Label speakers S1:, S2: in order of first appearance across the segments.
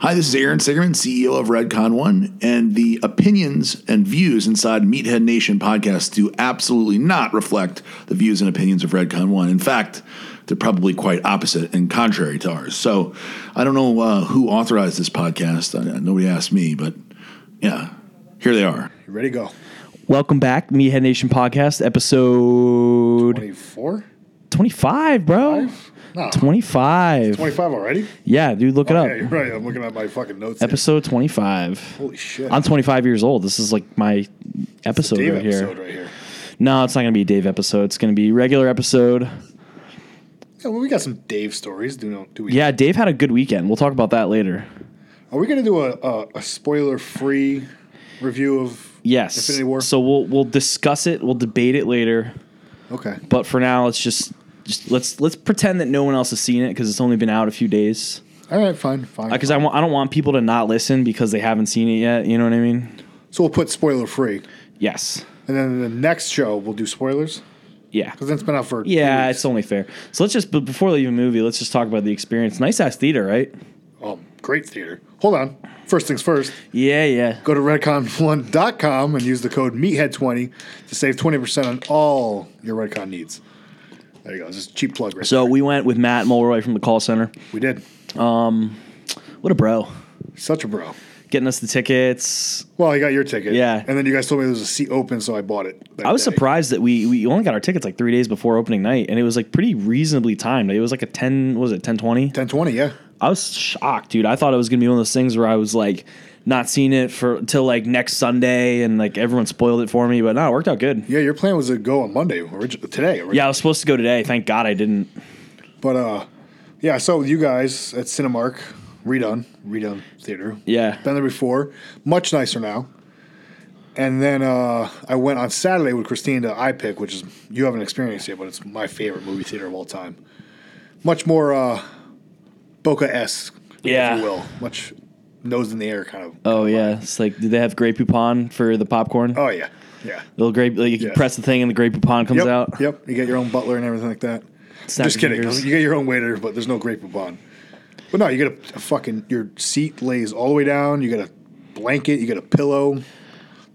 S1: Hi, this is Aaron Sigerman, CEO of Redcon One, and the opinions and views inside Meathead Nation podcast do absolutely not reflect the views and opinions of Redcon One. In fact, they're probably quite opposite and contrary to ours. So I don't know uh, who authorized this podcast. I, nobody asked me, but yeah, here they are.
S2: You ready to go?
S3: Welcome back, Meathead Nation Podcast, episode
S2: 24?
S3: 25, bro.
S2: No.
S3: 25.
S2: 25 already?
S3: Yeah, dude, look it
S2: Yeah, you're
S3: up.
S2: right. I'm looking at my fucking notes. here.
S3: Episode 25.
S2: Holy shit.
S3: I'm 25 years old. This is like my episode
S2: Dave
S3: right
S2: episode
S3: here.
S2: right here.
S3: No, it's not going to be a Dave episode. It's going to be a regular episode.
S2: Yeah, well, we got some Dave stories. Do not do we?
S3: Yeah, Dave had a good weekend. We'll talk about that later.
S2: Are we gonna do a a, a spoiler free review of?
S3: Yes.
S2: Infinity War?
S3: So we'll we'll discuss it. We'll debate it later.
S2: Okay.
S3: But for now, let's just just let's let's pretend that no one else has seen it because it's only been out a few days.
S2: All right. Fine. Fine.
S3: Because Uh, I want I don't want people to not listen because they haven't seen it yet. You know what I mean?
S2: so we'll put spoiler free,
S3: Yes.
S2: and then the next show we'll do spoilers
S3: Yeah.
S2: because that's been out for.
S3: Yeah,
S2: two
S3: it's only fair. So let's just but before the even movie, let's just talk about the experience. Nice ass theater, right?
S2: weeks. Oh, great theater. Hold on. First things first.
S3: Yeah, yeah.
S2: Go to redcon1.com and use the code meathead20 to save 20% on all your redcon needs. There you go. Just a cheap plug right
S3: So we went with Matt Mulroy from the call center.
S2: there. We did.
S3: What a bro.
S2: Such a bro.
S3: Getting us the tickets.
S2: Well, I got your ticket.
S3: Yeah.
S2: And then you guys told me there was a seat open, so I bought it. that
S3: I was
S2: day.
S3: surprised that we we only got our tickets like three days before opening night, and it was like pretty reasonably timed. It was like a ten, what was it ten twenty?
S2: 1020, yeah.
S3: I was shocked, dude. I thought it was gonna be one of those things where I was like not seeing it for till like next Sunday, and like everyone spoiled it for me. But no, it worked out good.
S2: Yeah, your plan was to go on Monday, origi- today. Right?
S3: Yeah, I was supposed to go today. Thank God I didn't.
S2: But, uh, yeah, so you guys at Cinemark, redone, redone theater.
S3: Yeah,
S2: Been there before. Much nicer now. And then uh, I went on Saturday with Christine to iPick, which is you haven't experienced yet, but it's my favorite movie theater of all time. Much more uh, Boca esque,
S3: Yeah.
S2: if you will. Much nose in the air kind of.
S3: Oh yeah, it's like did they have Grey Poupon for the popcorn?
S2: Oh yeah, yeah.
S3: Little Grey, like, you
S2: Yeah.
S3: press the thing and the Grey Poupon comes
S2: Yep,
S3: out.
S2: yep. You get your own butler and everything like that.
S3: Snap
S2: Just
S3: your
S2: kidding.
S3: fingers.
S2: You get your own waiter, but there's no grape upon. But no, you get a, a fucking your seat lays all the way down. You get a blanket. You get a pillow.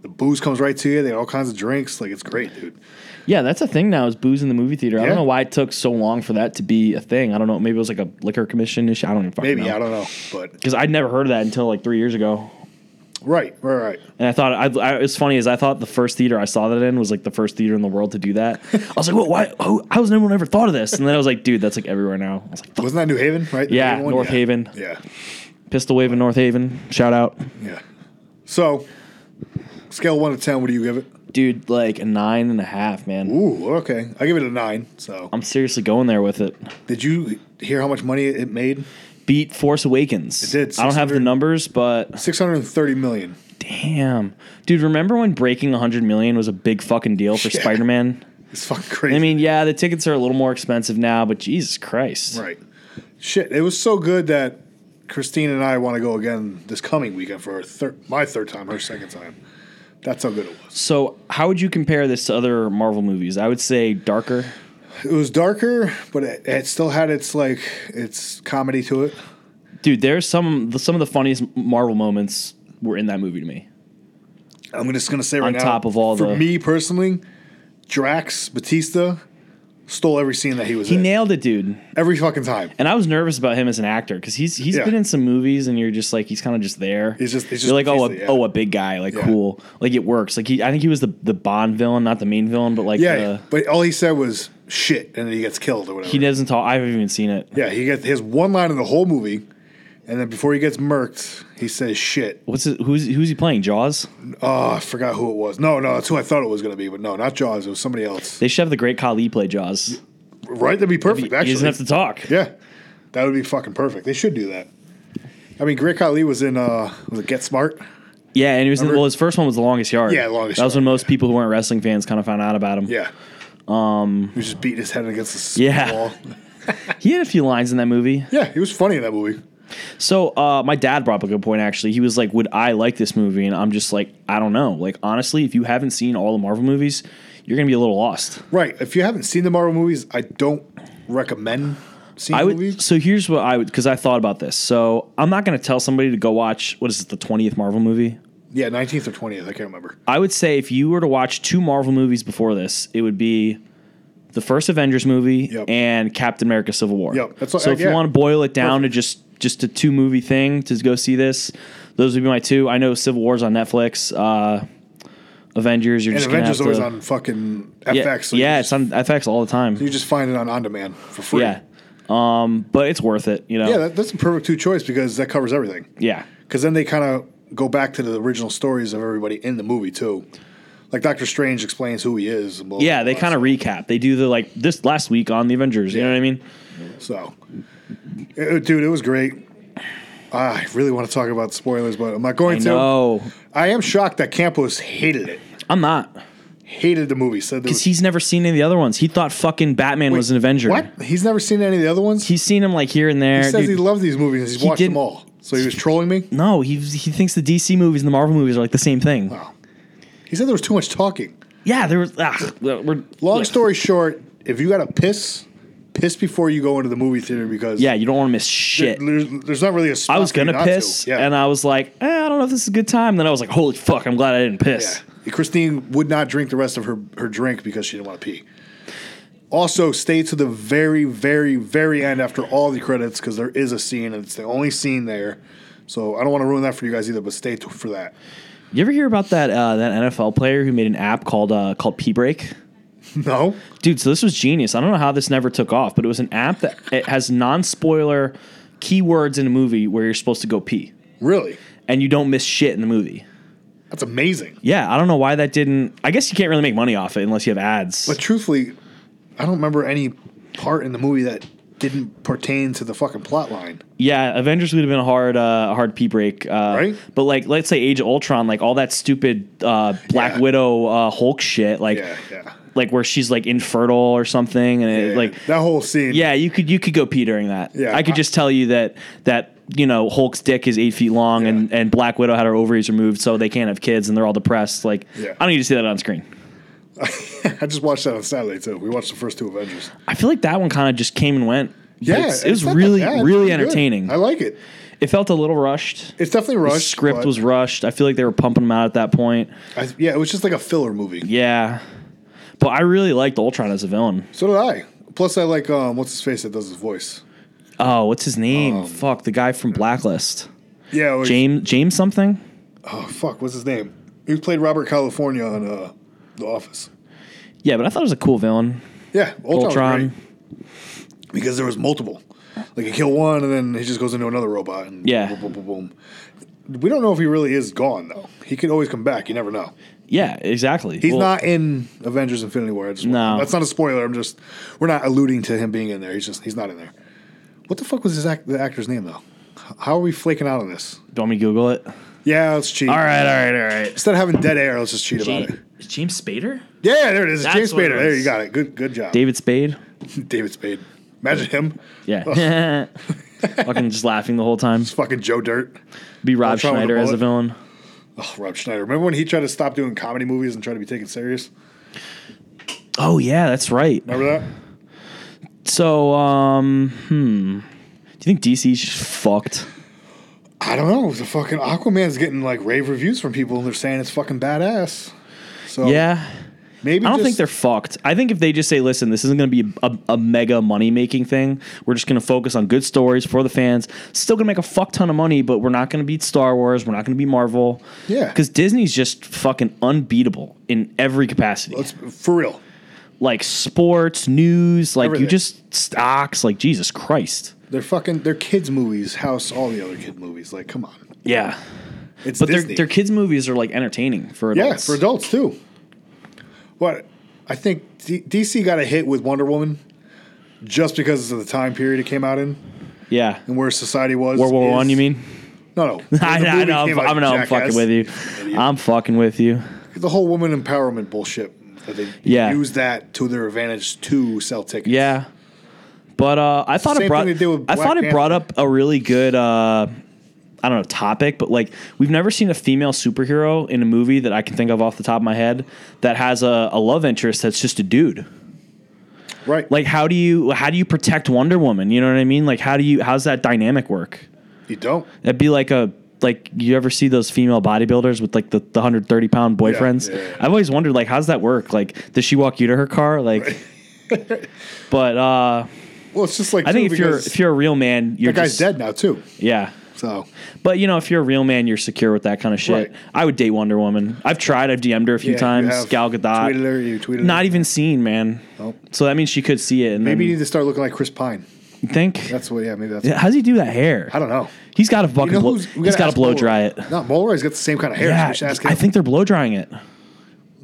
S2: The booze comes right to you. They got all kinds of drinks. Like it's great, dude.
S3: Yeah, that's a thing now is booze in the movie theater. I
S2: Yeah.
S3: don't know why it took so long for that to be a thing. I don't know. Maybe it was like a liquor commission issue. I don't even fucking
S2: Maybe
S3: know.
S2: I don't know, but
S3: Because I'd never heard of that until like three years ago.
S2: right, right, right.
S3: And I thought I, I, it's funny is I thought the first theater I saw that in was like the first theater in the world to do that. I was like, "What? Why? Oh, how has no one ever thought of this?" And then I was like, "Dude, that's like everywhere now." I was like,
S2: Wasn't that New Haven, right? The
S3: Yeah,
S2: Haven one?
S3: North
S2: yeah.
S3: Haven.
S2: Yeah,
S3: "Pistol Wave in North Haven." Shout out,
S2: yeah. So, scale one to ten, what do you give it?
S3: dude. Like a nine and a half, man.
S2: Ooh, okay. I give it a nine. So,
S3: I'm seriously going there with it.
S2: did you hear how much money it made?
S3: beat Force Awakens.
S2: It did,
S3: I don't have the
S2: 600.
S3: numbers, but
S2: Six hundred and thirty million.
S3: damn, dude, remember when breaking 100 million was a big fucking deal for
S2: Yeah.
S3: Spider-Man?
S2: It's fucking crazy.
S3: I mean, yeah, the tickets are a little more expensive now, but Jesus Christ,
S2: Right. Shit, it was so good that Christine and I want to go again this coming weekend for our thir- my third time, her second time. That's how good it was.
S3: So, how would you compare this to other Marvel movies? I would say darker.
S2: It was darker, but it, it still had its like its comedy to it.
S3: Dude, there's some some of the funniest Marvel moments were in that movie to me.
S2: I'm just gonna say right
S3: On
S2: now,
S3: top of all
S2: for
S3: the-
S2: me personally, Drax Batista stole every scene that he was
S3: He
S2: in
S3: nailed it, dude.
S2: every fucking time.
S3: And I was nervous about him as an actor because he's he's
S2: Yeah.
S3: been in some movies and you're just like he's kind of just there.
S2: He's just- he's just
S3: you're like oh a,
S2: Batista, yeah.
S3: oh a big guy like
S2: Yeah.
S3: cool like it works like he I think he was the the Bond villain not the main villain but like
S2: Yeah,
S3: the,
S2: but all he said was shit, and then he gets killed or whatever.
S3: he doesn't talk I haven't even seen it.
S2: yeah, he gets his one line in the whole movie, and then before he gets murked, he says shit.
S3: What's his, who's who's he playing Jaws?
S2: Oh, I forgot who it was. No, no, that's who I thought it was going to be, but no, not Jaws. It was somebody else.
S3: They should have the great Khali play Jaws.
S2: Right? That'd be
S3: He,
S2: perfect,
S3: he
S2: actually.
S3: doesn't have to talk.
S2: yeah, that would be fucking perfect. They should do that. I mean, Great Khali was in, uh, was it Get Smart?
S3: Yeah, and he was in,
S2: Remember-
S3: well his first one was the longest yard.
S2: Yeah, Longest
S3: That was
S2: Yard,
S3: when most people who weren't wrestling fans kind of found out about him.
S2: Yeah. Um, he was just beating his head against the s-
S3: Yeah.
S2: wall.
S3: He had a few lines in that movie.
S2: Yeah, he was funny in that movie.
S3: So uh, my dad brought up a good point actually. He was like, "Would I like this movie?" And I'm just like, "I don't know." Like honestly, if you haven't seen all the Marvel movies, you're gonna be a little lost.
S2: Right. If you haven't seen the Marvel movies, I don't recommend seen
S3: I
S2: the
S3: would.
S2: movie?
S3: So here's what I would because I thought about this. So I'm not going to tell somebody to go watch what is it the 20th Marvel movie.
S2: Yeah, 19th or 20th. I can't remember.
S3: I would say if you were to watch two Marvel movies before this, it would be the first Avengers movie
S2: Yep.
S3: and Captain America: Civil War.
S2: Yep, that's what-
S3: so if
S2: yeah.
S3: you want to boil it down to just just a two movie thing to go see this, those would be my two. I know Civil War's on Netflix. Uh, Avengers, you're
S2: And
S3: just gonna
S2: Avengers
S3: have
S2: always
S3: to,
S2: on fucking
S3: yeah,
S2: FX. so you
S3: yeah,
S2: just-
S3: it's on FX all the time.
S2: You just find it on on demand for free.
S3: Yeah, um, but it's worth it. You know.
S2: Yeah, that, that's a perfect two choice because that covers everything.
S3: yeah.
S2: Because then they kind of go back to the original stories of everybody in the movie too. Like Doctor Strange explains who he is. and blah, blah,
S3: Yeah, they
S2: blah,
S3: kind of recap. They do the like this last week on the Avengers. You know what I mean?
S2: So, It- it- dude, it was great. Ah, I really want to talk about spoilers, but I'm not going to.
S3: No,
S2: I am shocked that Campos hated it.
S3: I'm not
S2: Hated the movie. Said there
S3: because
S2: was,
S3: he's never seen any of the other ones. He thought fucking Batman was an Avenger.
S2: what? He's never seen any of the other ones.
S3: He's seen him like here and there.
S2: He says
S3: dude.
S2: he loved these movies. He's
S3: He
S2: watched
S3: didn't-
S2: them all. So he was trolling me.
S3: no, he he thinks the DC movies and the Marvel movies are like the same thing.
S2: He said there was too much talking.
S3: Yeah, there was. Ah, we're,
S2: Long
S3: yeah.
S2: story short, if you got to piss, piss before you go into the movie theater because
S3: Yeah, you don't want to miss
S2: there-
S3: shit.
S2: there's, there's not really a spot
S3: I was
S2: for you
S3: gonna
S2: not
S3: piss,
S2: to. Yeah.
S3: and I was like, eh, I don't know if this is a good time. Then I was like, holy fuck, I'm glad I didn't
S2: Yeah.
S3: piss.
S2: Christine would not drink the rest of her, her drink because she didn't want to pee. Also, stay to the very, very, very end after all the credits because there is a scene and it's the only scene there. So I don't want to ruin that for you guys either, but stay t- for that.
S3: You ever hear about that uh, that NFL player who made an app called uh, called Pee Break?
S2: No?
S3: Dude, so this was genius. I don't know how this never took off, but it was an app that it has non-spoiler keywords in a movie where you're supposed to go pee,
S2: Really?
S3: and you don't miss shit in the movie.
S2: That's amazing.
S3: Yeah, I don't know why that didn't. I guess you can't really make money off it unless you have ads.
S2: But truthfully, I don't remember any part in the movie that didn't pertain to the fucking plot line.
S3: yeah, Avengers would have been a hard, uh, a hard pee break. Uh,
S2: Right?
S3: But like, let's say Age of Ultron, like all that stupid uh, Black
S2: Yeah.
S3: Widow uh, Hulk shit, like,
S2: Yeah, yeah.
S3: like where she's like infertile or something, and it,
S2: Yeah,
S3: like
S2: that whole scene.
S3: Yeah, you could you could go pee during that.
S2: Yeah.
S3: I could just tell you that that you know Hulk's dick is eight feet long, and and Black Widow had her ovaries removed, so they can't have kids, and they're all depressed. Like
S2: Yeah.
S3: I don't need to see that on screen.
S2: I just watched that on Saturday too. We watched the first two Avengers.
S3: I feel like that one kind of just came and went. But
S2: Yeah,
S3: it's- it
S2: it's
S3: was
S2: not
S3: really
S2: that bad. It's
S3: really
S2: pretty good.
S3: entertaining.
S2: I like it.
S3: It felt a little rushed.
S2: It's definitely
S3: The
S2: rushed.
S3: script
S2: but
S3: was rushed. I feel like they were pumping them out at that point.
S2: I, yeah, it was just like a filler movie.
S3: Yeah, but I really liked Ultron as a villain.
S2: So did I. Plus, I like um, what's his face that does his voice.
S3: Oh, what's his name?
S2: Um,
S3: Fuck the guy from Blacklist.
S2: Yeah, like,
S3: James James something.
S2: Oh fuck, what's his name? He played Robert California on uh, The Office.
S3: Yeah, but I thought it was a cool villain.
S2: Yeah, Ultron. was
S3: Ultron.
S2: great because there was multiple. Like you kill one, and then he just goes into another robot. And
S3: Yeah.
S2: Boom, boom, boom, boom. We don't know if he really is gone though. He could always come back. You never know.
S3: Yeah, exactly.
S2: He's
S3: Well-
S2: not in Avengers Infinity War. I just
S3: No.
S2: that's not a spoiler. I'm just we're not alluding to him being in there. He's just he's not in there. What the fuck was his act, the actor's name though? H- How are we flaking out on this?
S3: Do you want me to Google it?
S2: Yeah, let's cheat.
S3: All right, all right, all right.
S2: Instead of having dead air, let's just cheat about it.
S3: James Spader?
S2: Yeah, there it is. It's
S3: That's
S2: James
S3: what it
S2: Spader. There
S3: was.
S2: you got it. Good good job.
S3: David Spade?
S2: David Spade. Imagine him.
S3: Yeah. Fucking just laughing the whole time.
S2: It's fucking Joe Dirt.
S3: Be Rob
S2: try with a
S3: Schneider as a
S2: bullet.
S3: villain.
S2: Oh, Rob Schneider. Remember when he tried to stop doing comedy movies and try to be taken serious?
S3: Oh yeah, that's right.
S2: Remember that?
S3: So, um, hmm. Do you think DC's just fucked?
S2: I don't know. The fucking Aquaman's getting like rave reviews from people and they're saying it's fucking badass. So
S3: Yeah.
S2: maybe
S3: I don't
S2: Oh. just-
S3: think they're fucked. I think if they just say, listen, this isn't going to be a, a mega money making thing. We're just going to focus on good stories for the fans. Still going to make a fuck ton of money, but we're not going to beat Star Wars. We're not going to beat Marvel.
S2: Yeah.
S3: Because Disney's just fucking unbeatable in every capacity.
S2: Let's for real.
S3: like sports, news, like
S2: Everything.
S3: you just stocks, like Jesus Christ.
S2: They're fucking they're kids movies, house all the other kid movies. Like, come on.
S3: Yeah.
S2: It's
S3: But their,
S2: Disney.
S3: their kids' movies are like entertaining for adults.
S2: Yeah, for adults too. But I think D- DC got a hit with Wonder Woman just because of the time period it came out in
S3: Yeah.
S2: and where society was.
S3: World War
S2: is-
S3: One, you mean?
S2: No, no.
S3: I,
S2: The
S3: I
S2: movie
S3: know.
S2: came
S3: I'm,
S2: out,
S3: I'm, no, I'm
S2: jackass.
S3: fucking with you. I'm fucking with you.
S2: The whole woman empowerment bullshit. That they
S3: Yeah.
S2: use that to their advantage to sell tickets.
S3: Yeah. But uh, I thought
S2: Same
S3: it brought
S2: thing they did with
S3: I
S2: Black
S3: thought it brought
S2: Panther.
S3: up a really good uh, I don't know topic, but like we've never seen a female superhero in a movie that I can think of off the top of my head that has a, a love interest that's just a dude.
S2: Right.
S3: Like how do you how do you protect Wonder Woman? You know what I mean? Like how do you how's that dynamic work?
S2: You don't.
S3: That'd be like a like you ever see those female bodybuilders with like the, the 130 pound boyfriends?
S2: yeah, yeah.
S3: I've always wondered like how's that work? Like does she walk you to her car? Like But uh
S2: Well, it's just like
S3: I think
S2: too,
S3: if you're
S2: because
S3: if you're a real man, you're
S2: that guy's
S3: just,
S2: dead now too.
S3: Yeah.
S2: So
S3: But you know, if you're a real man, you're secure with that kind of shit.
S2: Right.
S3: I would date Wonder Woman. I've tried. I've DM'd her a few
S2: Yeah, you
S3: times.
S2: have
S3: Gal Gadot.
S2: tweeted her, you tweeted her.
S3: Not even seen, man.
S2: Nope.
S3: So that means she could see it. And
S2: maybe you
S3: maybe
S2: need to start looking like Chris Pine.
S3: you think.
S2: That's what. Yeah, maybe that's.
S3: How does he do that hair?
S2: I don't know.
S3: He's got to fucking.
S2: You know
S3: blow,
S2: who's- we
S3: he's
S2: gotta
S3: got to
S2: ask
S3: blow
S2: Mulroy.
S3: dry it.
S2: No, Mulroy's got the same kind of hair.
S3: Yeah,
S2: we should ask him.
S3: I think they're blow drying it.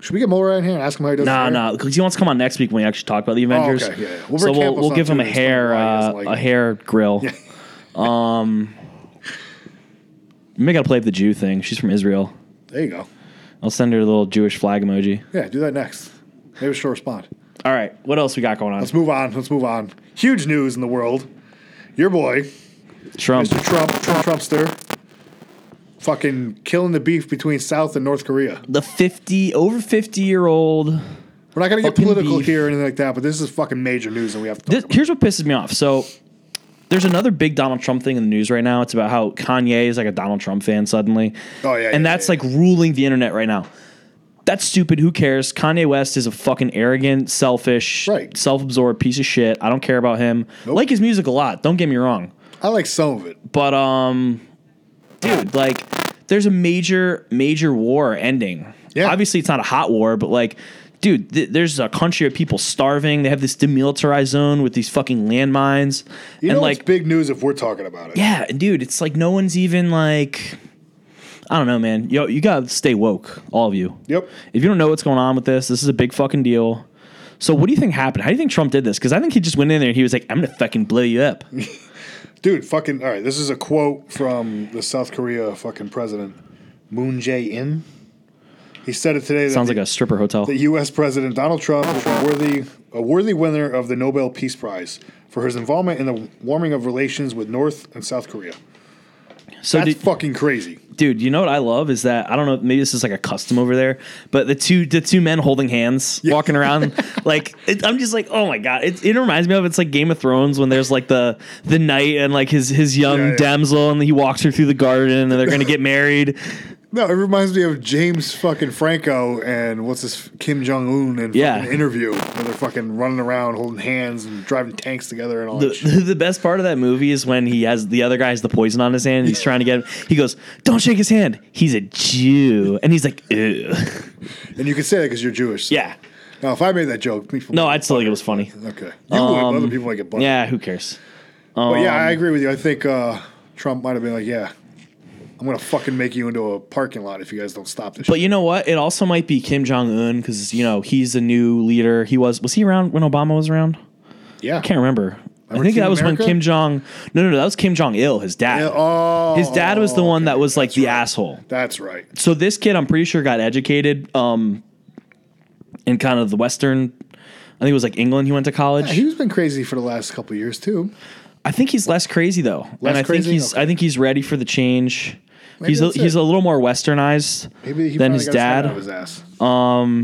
S2: should we get Mulroy in here and ask him how he does?
S3: No,
S2: his hair?
S3: no, because he wants to come on next week when we actually talk about the Avengers.
S2: Oh, okay, yeah, yeah. Well,
S3: so
S2: Rick
S3: we'll,
S2: Campbell's
S3: we'll
S2: on
S3: give him
S2: too,
S3: a
S2: and explain
S3: hair
S2: why he
S3: uh,
S2: doesn't
S3: a
S2: like it.
S3: hair grill. um, maybe I gotta play up the Jew thing. She's from Israel.
S2: There you go.
S3: I'll send her a little Jewish flag emoji.
S2: Yeah, do that next. Maybe she'll respond.
S3: All right, what else we got going on?
S2: Let's move on. Let's move on. Huge news in the world. Your boy,
S3: Trump.
S2: Mr. Trump, Trump Trumpster, fucking killing the beef between South and North Korea.
S3: The fifty over fifty year old.
S2: We're not gonna get
S3: Fucking
S2: political
S3: beef.
S2: here or anything like that, but this is fucking major news, and we have to.
S3: This, here's what pisses me off. So there's another big Donald Trump thing in the news right now. It's about how Kanye is like a Donald Trump fan suddenly.
S2: Oh, yeah,
S3: And
S2: yeah,
S3: that's
S2: yeah,
S3: like ruling the internet right now. That's stupid. Who cares? Kanye West is a fucking arrogant, selfish,
S2: Right.
S3: self-absorbed piece of shit. I don't care about him. Like his music a lot. Don't get me wrong.
S2: I like some of it.
S3: But um dude, like there's a major major war ending.
S2: Yeah.
S3: Obviously it's not a hot war, but like dude, th- there's a country of people starving. They have this demilitarized zone with these fucking landmines.
S2: You
S3: and
S2: know,
S3: like
S2: it's big news if we're talking about it.
S3: yeah, and dude, it's like no one's even like I don't know, man. Yo, you got to stay woke, all of you.
S2: Yep.
S3: If you don't know what's going on with this, this is a big fucking deal. So what do you think happened? How do you think Trump did this? Because I think he just went in there and he was like, "I'm gonna fucking blow you up."
S2: Dude, fucking. All right, this is a quote from the South Korea fucking president, Moon Jae in. He said it today. that
S3: Sounds
S2: the-
S3: like a stripper hotel.
S2: The U.S. President Donald Trump is a worthy, a worthy winner of the Nobel Peace Prize for his involvement in the warming of relations with North and South Korea.
S3: So
S2: That's
S3: did,
S2: fucking crazy.
S3: dude you know what i love is that i don't know maybe this is like a custom over there but the two the two men holding hands walking around like it, i'm just like oh my god it, it reminds me of it's like game of thrones when there's like the the knight and like his his young
S2: Yeah, yeah.
S3: damsel and he walks her through the garden and they're gonna get married
S2: No, it reminds me of James fucking Franco and what's this Kim Jong Un and
S3: Yeah.
S2: fucking interview where they're fucking running around holding hands and driving tanks together and all that. shit.
S3: the, the best part of that movie is when he has the other guy has the poison on his hand and he's trying to get him he goes don't shake his hand he's a jew and he's like Ew.
S2: And you can say that because you're Jewish. so-
S3: yeah
S2: Now, if I made that joke, people
S3: no i'd still think it was funny
S2: okay. You would. Other people might get bugged.
S3: yeah Um, who cares
S2: But yeah, I agree with you. I think uh, Trump might have been like, yeah, I'm going to fucking make you into a parking lot if you guys don't stop this
S3: But you know what? It also might be Kim Jong Un because you know he's the new leader. He was was he around when Obama was around?
S2: shit. Yeah.
S3: Can't remember. I
S2: Remember
S3: think
S2: Team
S3: that was
S2: America?
S3: when Kim Jong. No, no, no. That was Kim Jong Il, his dad.
S2: Yeah, oh,
S3: his dad was the one that was like the
S2: right.
S3: asshole.
S2: That's right.
S3: So this kid, I'm pretty sure, got educated um, in kind of the Western. I think it was like England. He went to college.
S2: He's been crazy for the last couple of years too.
S3: I think he's less crazy though,
S2: Less
S3: and I
S2: crazy?
S3: think he's I think he's ready for the change.
S2: Maybe
S3: he's a,
S2: that's it.
S3: he's a little more westernized
S2: Maybe he
S3: than
S2: finally
S3: his
S2: got his head
S3: dad. um,
S2: out of his ass.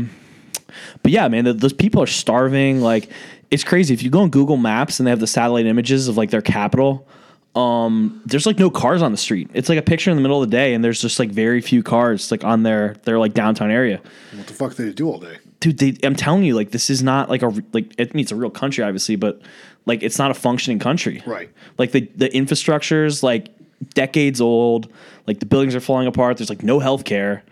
S3: But yeah, man, th those people are starving. Like, it's crazy. If you go on Google Maps and they have the satellite images of like their capital, um, there's like no cars on the street. It's like a picture in the middle of the day, and there's just like very few cars like on their their like downtown area.
S2: What the fuck did he do all day?
S3: Dude, they, I'm telling you, like this is not like a re- like it, I mean, it's a real country, obviously, but like it's not a functioning country.
S2: Right.
S3: Like the the infrastructure's like decades old. Like the buildings are falling apart. There's like no health care.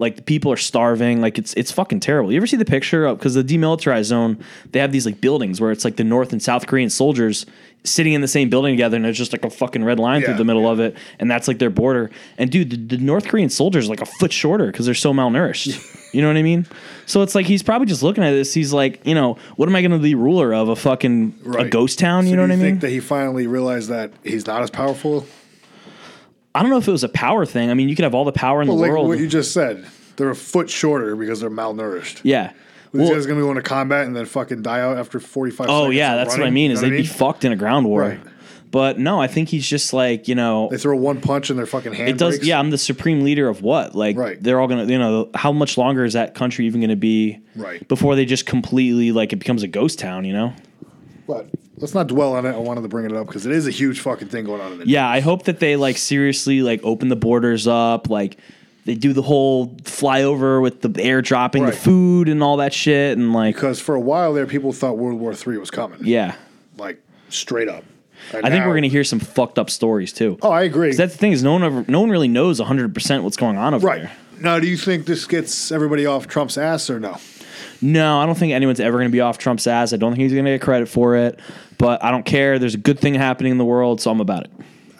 S3: Like the people are starving. Like it's it's fucking terrible. You ever see the picture of because the demilitarized zone they have these like buildings where it's like the North and South Korean soldiers sitting in the same building together, and there's just like a fucking red line through
S2: Yeah,
S3: the middle of it, and that's like their border. And dude, the, the North Korean soldiers are, like a foot shorter because they're so malnourished. You know what I mean? So it's like he's probably just looking at this. He's like, you know, what am I going to be ruler of a fucking a
S2: Right.
S3: ghost town?
S2: So
S3: you know
S2: do
S3: what I mean?
S2: Think that he finally realized that he's not as powerful.
S3: I don't know if it was a power thing. I mean, you could have all the power in
S2: Well,
S3: the
S2: like
S3: world.
S2: what you just said, they're a foot shorter because they're malnourished.
S3: yeah.
S2: These
S3: Well,
S2: guys are gonna be going to combat and then fucking die out after 45.
S3: oh
S2: seconds
S3: yeah,
S2: of
S3: that's what I
S2: running,
S3: mean.
S2: you
S3: Is
S2: know
S3: they'd be fucked in a ground war.
S2: Right.
S3: But no, I think he's just like you know.
S2: They throw one punch and their fucking hand.
S3: it does.
S2: breaks.
S3: Yeah, I'm the supreme leader of what? Like
S2: Right.
S3: they're all gonna. You know, how much longer is that country even gonna be?
S2: Right.
S3: Before they just completely like it becomes a ghost town. You know.
S2: But let's not dwell on it. I wanted to bring it up because it is a huge fucking thing going on in the
S3: Yeah, I hope that they like seriously like open the borders up, like they do the whole flyover with the air dropping
S2: Right.
S3: the food and all that shit and like
S2: Because for a while there, people thought World War III was coming.
S3: yeah.
S2: Like, straight up. And
S3: I think
S2: now-
S3: we're gonna hear some fucked up stories too.
S2: Oh, I agree.
S3: 'Cause that's the thing is no one ever, no one really knows 100 percent what's going on over
S2: right.
S3: there.
S2: Now, do you think this gets everybody off Trump's ass or no?
S3: No, I don't think anyone's ever going to be off Trump's ass. I don't think he's going to get credit for it, but I don't care. There's a good thing happening in the world, so I'm about it.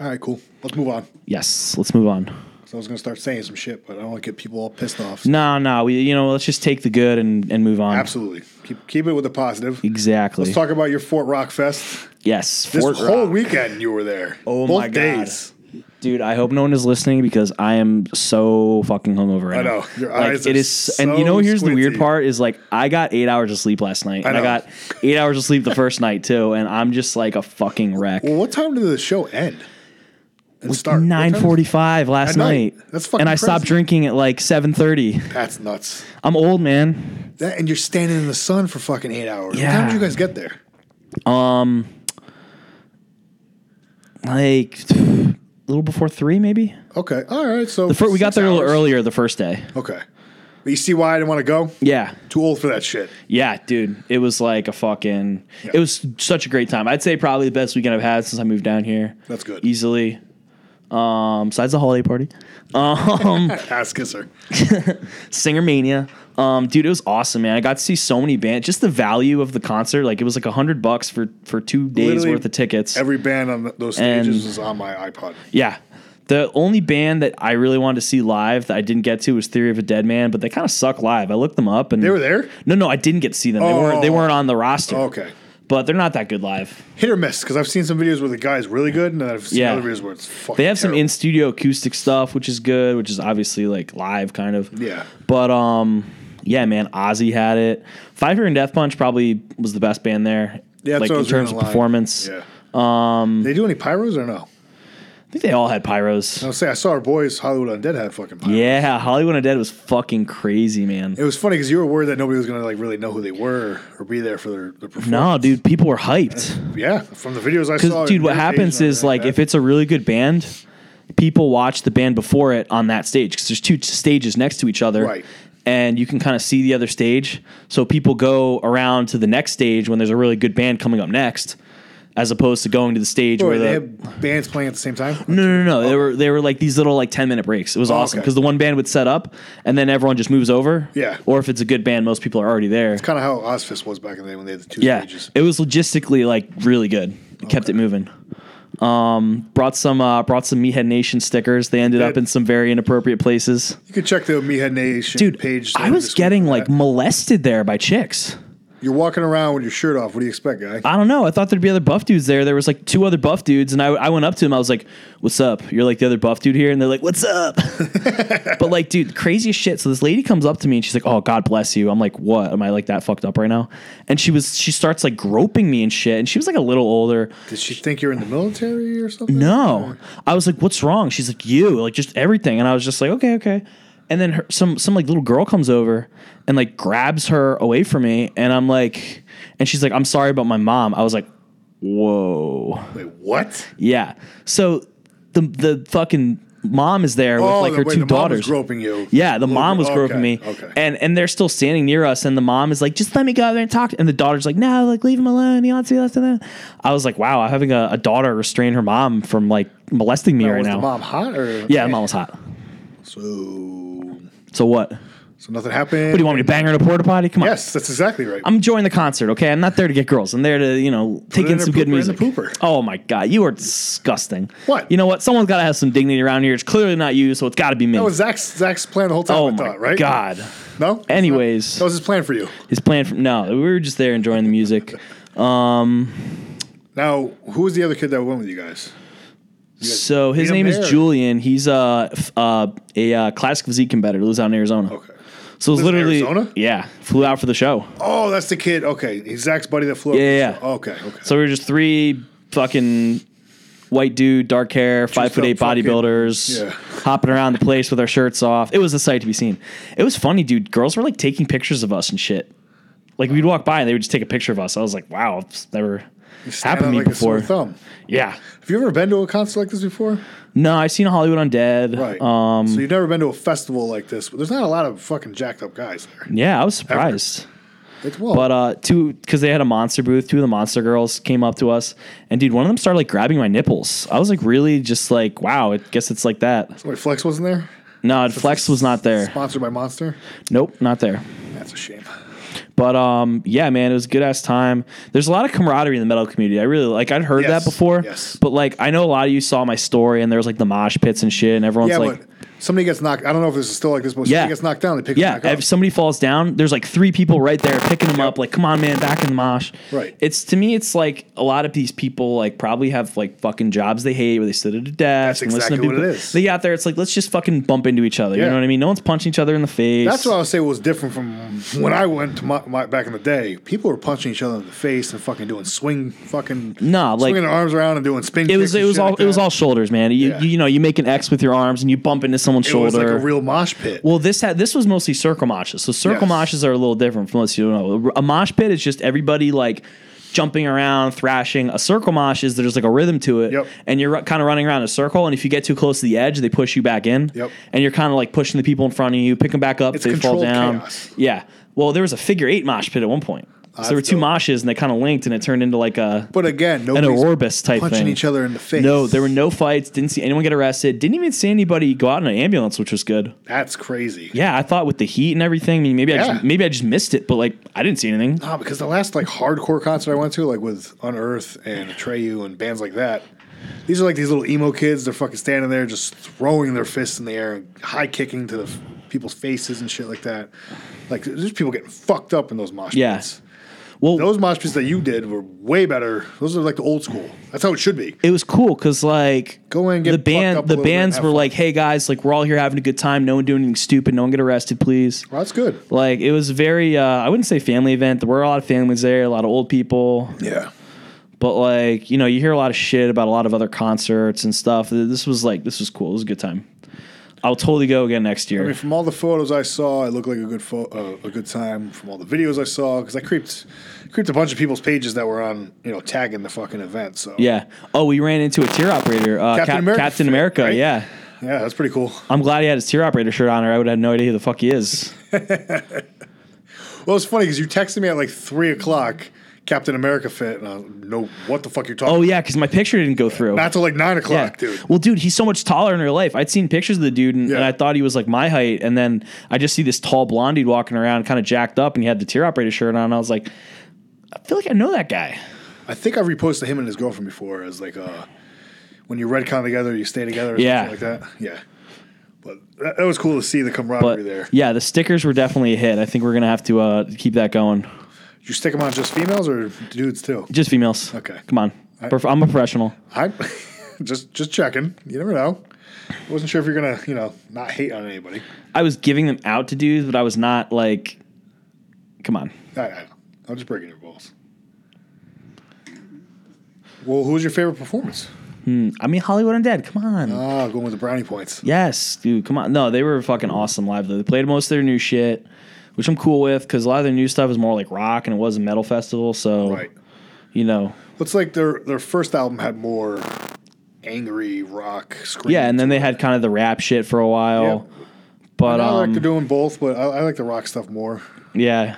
S2: All right, cool. Let's move on.
S3: Yes, let's move on.
S2: 'Cause I was going to start saying some shit, but I don't want to get people all pissed off.
S3: No, no, we, you know, let's just take the good and, and move on.
S2: Absolutely. Keep, keep it with the positive.
S3: Exactly.
S2: Let's talk about your Fort Rock Fest.
S3: yes,
S2: This
S3: Fort
S2: whole
S3: Rock.
S2: weekend you were there.
S3: Oh
S2: Both
S3: my God.
S2: days.
S3: dude. I hope no one is listening because I am so fucking hungover. Right
S2: I know.
S3: now.
S2: Your
S3: Like,
S2: eyes are
S3: It is, and
S2: so
S3: you know, here's the weird
S2: squinty.
S3: part is like I got eight hours of sleep last night, and I
S2: know.
S3: got eight hours of sleep the first night too, and I'm just like a fucking wreck.
S2: Well, what time did the show end? And start What time
S3: Nine
S2: is-
S3: forty-five last
S2: At night.
S3: night.
S2: That's fucking
S3: And I stopped
S2: crazy.
S3: drinking at like seven thirty.
S2: That's nuts.
S3: I'm old, man.
S2: That, and you're standing in the sun for fucking eight hours. What
S3: Yeah.
S2: time did you guys get there?
S3: Um, Like a little before three, maybe.
S2: Okay. All right. So
S3: The fir- we got
S2: six
S3: there a little
S2: hours.
S3: earlier the first day.
S2: Okay. But you see why I didn't want to go?
S3: Yeah,
S2: Too old for that shit.
S3: yeah, dude. It was like a fucking.
S2: Yeah.
S3: It was such a great time. I'd say probably the best weekend I've had since I moved down here.
S2: That's good.
S3: Easily. Um, besides the holiday party, um,
S2: Ass kisser.
S3: Singer Mania, um, dude, it was awesome, man. I got to see so many bands. Just the value of the concert, like it was like a hundred bucks for for two days
S2: Literally
S3: worth of tickets.
S2: Every band on th- those
S3: And-
S2: stages was on my iPod.
S3: Yeah. The only band that I really wanted to see live that I didn't get to was Theory of a Dead Man, but they kind of suck live. I looked them up and
S2: They were there?
S3: No, no, I didn't get to see them. They weren't they
S2: Oh.
S3: weren't on the roster.
S2: Okay.
S3: But they're not that good live.
S2: Hit or miss, because I've seen some videos where the guy's really good, and I've seen
S3: Yeah.
S2: other videos where it's fucking.
S3: They have some
S2: terrible.
S3: in studio acoustic stuff, which is good, which is obviously like live kind of.
S2: Yeah.
S3: But um yeah, man, Ozzy had it. Five Finger and Death Punch probably was the best band there.
S2: Yeah, that's what
S3: like
S2: I
S3: in
S2: was reading
S3: terms of
S2: online.
S3: performance.
S2: Yeah. Um, they do any pyros or no?
S3: I think they all had pyros.
S2: I was say I saw our boys Hollywood Undead had fucking pyros.
S3: Yeah, Hollywood Undead was fucking crazy, man.
S2: It was funny because you were worried that nobody was gonna like really know who they were or be there for their, their performance.
S3: No, dude, people were hyped.
S2: Yeah, from the videos I saw.
S3: Because, dude, what happens is like if it's a really good band, people watch the band before it on that stage because there's two stages next to each other,
S2: Right.
S3: And you can kind of see the other stage, so people go around to the next stage when there's a really good band coming up next, as opposed to going to the stage
S2: Wait,
S3: where
S2: they
S3: the
S2: have bands playing at the same time.
S3: no, no, no. no. They were they were like these little like ten minute breaks. It was
S2: Oh,
S3: awesome
S2: okay.
S3: because the one band would set up and then everyone just moves over.
S2: Yeah.
S3: Or if it's a good band, most people are already there.
S2: Kind of how Ozfest was back in the day when they had the two
S3: Yeah,
S2: stages.
S3: it was logistically like really good. It kept it moving. Um, brought some uh, brought some Meathead Nation stickers. They ended up
S2: Good.
S3: in some very inappropriate places.
S2: You could check the Meahead Nation
S3: Dude,
S2: page.
S3: I was getting like molested there by chicks.
S2: you're walking around with your shirt off. What do you expect, guy?
S3: I don't know. I thought there'd be other buff dudes there. There was like two other buff dudes, and I, I went up to him. I was like, "What's up? You're like the other buff dude here," and they're like, "What's up?" but like, dude, craziest shit. So this lady comes up to me and she's like, "Oh, God bless you." I'm like, "What? Am I like that fucked up right now?" And she was she starts like groping me and shit. And she was like a little older.
S2: Did she think you're in the military or something?
S3: No. I was like, what's wrong? She's like, you, like just everything. And I was just like, okay, okay. And then her, some some like little girl comes over and like grabs her away from me, and I'm like, and she's like, I'm sorry about my mom. I was like, whoa,
S2: Wait, what?
S3: yeah. So the the fucking mom is there with like
S2: Oh, the-
S3: her
S2: wait,
S3: two
S2: the mom was
S3: daughters.
S2: groping you.
S3: Yeah, the
S2: Little
S3: mom
S2: girl.
S3: was groping
S2: Okay,
S3: me,
S2: Okay.
S3: and and they're still standing near us, and the mom is like, "Just let me go out there and talk." And the daughter's like, "No, like leave him alone. He wants to be left alone." I was like, "Wow, I'm having a, a daughter restrain her mom from like molesting me
S2: Now,
S3: right
S2: was
S3: now."
S2: Oh, the mom hot or?
S3: Yeah, the mom was hot.
S2: So,
S3: So what? What
S2: so nothing happened.
S3: do you want me to bang her in a porta potty? Come on.
S2: Yes, that's exactly right.
S3: I'm enjoying the concert, okay? I'm not there to get girls. I'm there to, you know, take
S2: it
S3: in,
S2: in a
S3: some good
S2: pooper, in the
S3: music.
S2: pooper.
S3: Oh my god, you are disgusting.
S2: What?
S3: You know what? Someone's got to have some dignity around here. It's clearly not you, so it's got to be me.
S2: that was Zach's Zach's plan the whole time.
S3: oh
S2: I
S3: my
S2: thought, right?
S3: god.
S2: No.
S3: Anyways,
S2: that was his plan for you.
S3: his plan from no, we were just there enjoying the music.
S2: Now, who was the other kid that went with you guys?
S3: So his
S2: beat him
S3: name is
S2: there.
S3: Julian. He's uh, f- uh, a uh, classic physique competitor. Lives out in Arizona.
S2: Okay.
S3: So it's
S2: Oh, Lives in
S3: literally
S2: Arizona?
S3: yeah, flew out for the show.
S2: Oh, that's the kid. Okay, he's Zach's buddy that flew. up.
S3: Yeah, yeah.
S2: Okay. Okay.
S3: So we were just three fucking white dude, dark hair, five foot
S2: up
S3: eight
S2: fucking-
S3: bodybuilders,
S2: yeah.
S3: hopping around the place with our shirts off. It was a sight to be seen. It was funny, dude. Girls were like taking pictures of us and shit. Like we'd walk by and they would just take a picture of us. I was like, wow, I've never
S2: Stand
S3: happened to
S2: out
S3: me
S2: like a sore
S3: before.
S2: thumb.
S3: Yeah.
S2: Have you ever been to a concert like this before?
S3: No, I've seen Hollywood Undead.
S2: Right.
S3: Um,
S2: so you've never been to a festival like this. There's not a lot of fucking jacked up guys there.
S3: yeah, I was surprised.
S2: It's well,
S3: But uh, two, because they had a monster booth, two of the monster girls came up to us, and dude, one of them started like grabbing my nipples. I was like, really, just like, wow, I guess it's like that.
S2: wait, Flex wasn't there.
S3: No, Flex was not there.
S2: Sponsored by Monster.
S3: Nope, not there.
S2: That's a shame.
S3: But um, yeah, man, it was a good ass time. There's a lot of camaraderie in the metal community. I really like. I'd heard
S2: Yes,
S3: that before.
S2: yes.
S3: But like, I know a lot of you saw my story, and there was like the mosh pits and shit, and everyone's
S2: Yeah,
S3: like,
S2: but somebody gets knocked. I don't know if this is still like this, but
S3: Yeah.
S2: somebody gets knocked down. They pick
S3: yeah.
S2: them back
S3: If
S2: up.
S3: somebody falls down, there's like three people right there picking them up. Like, come on, man, back in the mosh.
S2: Right.
S3: It's to me, it's like a lot of these people like probably have like fucking jobs they hate, where they sit at a desk.
S2: That's
S3: and listen to
S2: exactly what
S3: people.
S2: it is.
S3: They got there. It's like let's just fucking bump into each other. You
S2: Yeah.
S3: know what I mean? No one's punching each other in the face.
S2: That's what I would say was different from when I went to my, my back in the day. People were punching each other in the face and fucking doing swing, fucking
S3: Nah, like-
S2: swinging their arms around and doing spin.
S3: It was
S2: kicks and
S3: it was
S2: shit
S3: all
S2: like
S3: it was
S2: that.
S3: all shoulders, man. You,
S2: Yeah.
S3: you know you make an X with your arms and you bump into someone's
S2: It
S3: shoulder.
S2: was like a real mosh pit.
S3: Well, this had this was mostly circle moshes. So circle
S2: Yes.
S3: moshes are a little different from unless you don't know. A mosh pit is just everybody like jumping around, thrashing. A circle mosh is there's like a rhythm to it,
S2: Yep.
S3: and you're kind of running around in a circle. And if you get too close to the edge, they push you back in,
S2: Yep.
S3: and you're kind of like pushing the people in front of you, pick them back up,
S2: It's
S3: they fall
S2: controlled
S3: down.
S2: chaos.
S3: Yeah. Well, there was a figure eight mosh pit at one point. So there were
S2: that's
S3: two
S2: dope.
S3: moshes, and they kind of linked, and it turned into like a
S2: but again,
S3: an
S2: nobody's
S3: Orbis type
S2: punching
S3: thing.
S2: each other in the face.
S3: No, there were no fights. Didn't see anyone get arrested. Didn't even see anybody go out in an ambulance, which was good.
S2: That's crazy.
S3: Yeah, I thought with the heat and everything. I mean, maybe I
S2: Yeah.
S3: just, maybe I just missed it, but like I didn't see anything.
S2: Nah, Ah, because the last like hardcore concert I went to, like with Unearth and Atreyu and bands like that, these are like these little emo kids. They're fucking standing there just throwing their fists in the air and high kicking to the f- people's faces and shit like that. Like there's people getting fucked up in those mosh
S3: Yeah.
S2: pits.
S3: Well,
S2: Those mosh pits that you did were way better. Those are like the old school. That's how it should be.
S3: it was cool because like
S2: Go in and get
S3: the
S2: fucked up a
S3: band, the
S2: little bit and
S3: bands
S2: have
S3: were
S2: fun.
S3: like, "Hey guys, like we're all here having a good time. No one doing anything stupid. No one get arrested, please."
S2: Well, that's good.
S3: Like it was very, uh, I wouldn't say family event. There were a lot of families there, a lot of old people,
S2: Yeah.
S3: but like you know, you hear a lot of shit about a lot of other concerts and stuff. This was like this was cool. It was a good time. I'll totally go again next year.
S2: I mean, from all the photos I saw, it looked like a good fo- uh, a good time. From all the videos I saw, because I creeped creeped a bunch of people's pages that were on, you know, tagging the fucking event. So
S3: yeah. Oh, we ran into a tear operator, uh,
S2: Captain
S3: Cap-
S2: America
S3: Captain
S2: fit,
S3: America.
S2: right?
S3: Yeah.
S2: yeah, that's pretty cool.
S3: I'm glad he had his tier operator shirt on, or I would have no idea who the fuck he is.
S2: Well, it's funny because you texted me at like three o'clock, Captain America fit, and I don't know what the fuck you're talking.
S3: Oh
S2: about.
S3: yeah, because my picture didn't go through.
S2: Not till like nine
S3: yeah.
S2: o'clock, dude.
S3: Well, dude, he's so much taller in real life. I'd seen pictures of the dude, and, and
S2: Yeah.
S3: I thought he was like my height, and then I just see this tall blonde dude walking around, kind of jacked up, and he had the tier operator shirt on. And I was like, I feel like I know that guy.
S2: I think I reposted him and his girlfriend before as like uh, when you redcon together, you stay together, or
S3: Yeah.
S2: yeah, like that, yeah. But that, that was cool to see the camaraderie
S3: But
S2: there.
S3: yeah, the stickers were definitely a hit. I think we're gonna have to uh, keep that going.
S2: Did you stick them on just females or dudes too?
S3: Just females.
S2: Okay.
S3: Come on, Prof- I'm a professional.
S2: I just just checking. You never know. I wasn't sure if you're gonna, you know, not hate on anybody.
S3: I was giving them out to dudes, but I was not like, come on.
S2: I, I know. I'm just breaking your balls. Well, who was your favorite performance?
S3: I mean, Hollywood Undead. Come on.
S2: Ah, going with the brownie points.
S3: Yes, dude, come on. No, they were fucking awesome live though. They played most of their new shit, which I'm cool with because a lot of their new stuff is more like rock and it was a metal festival. So,
S2: Right.
S3: you know,
S2: Looks like their their first album had more angry rock scream.
S3: yeah. And then they had kind of the rap shit for a while, but
S2: I like
S3: um,
S2: they're doing both, but I, I like the rock stuff more,
S3: yeah,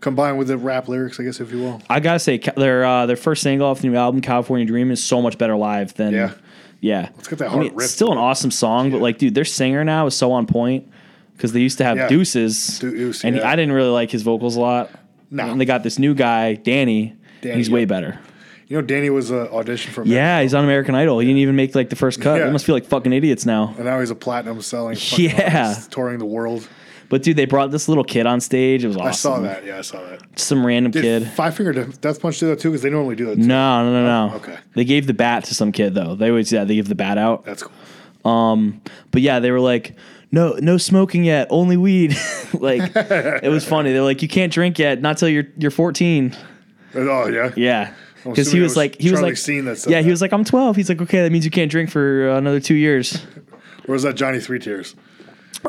S2: combined with the rap lyrics, I guess, if you will.
S3: I gotta say ca- their uh, their first single off the new album, California Dream, is so much better live than
S2: Yeah.
S3: yeah.
S2: Let's get that
S3: I
S2: hard
S3: mean,
S2: riff.
S3: it's still an awesome song, but like, dude, their singer now is so on point because they used to have
S2: Yeah.
S3: Deuces,
S2: Deuce,
S3: and he-
S2: yeah.
S3: I didn't really like his vocals a lot.
S2: No.
S3: and they got this new guy, Danny. and
S2: Danny,
S3: he's way
S2: yeah.
S3: better.
S2: You know, Danny was uh, audition for
S3: Yeah, he's on American Idol. He didn't even make like the first cut. They
S2: Yeah.
S3: must feel like fucking idiots now.
S2: and now he's a platinum selling. fucking
S3: Yeah.
S2: artist, touring the world.
S3: But dude, they brought this little kid on stage. It was awesome.
S2: I saw that. Yeah, I saw that.
S3: Some random
S2: Did
S3: kid.
S2: Five Finger Death Death Punch do that too? Because they normally do that. Too.
S3: No, no, no, no.
S2: Oh, okay.
S3: They gave the bat to some kid though. They always yeah, they give the bat out.
S2: That's cool.
S3: But yeah, they were like, no, no smoking yet, only weed. like it was funny. They're like, you can't drink yet, not till you're you're 14.
S2: And- Oh yeah.
S3: Yeah.
S2: I'm
S3: Because he
S2: assuming it
S3: was,
S2: was
S3: like, he was
S2: Charlie
S3: like,
S2: Sheen that said
S3: yeah, he
S2: that.
S3: was like, I'm 12. He's like, okay, that means you can't drink for another two uh, years.
S2: Or is that Johnny Three Tears?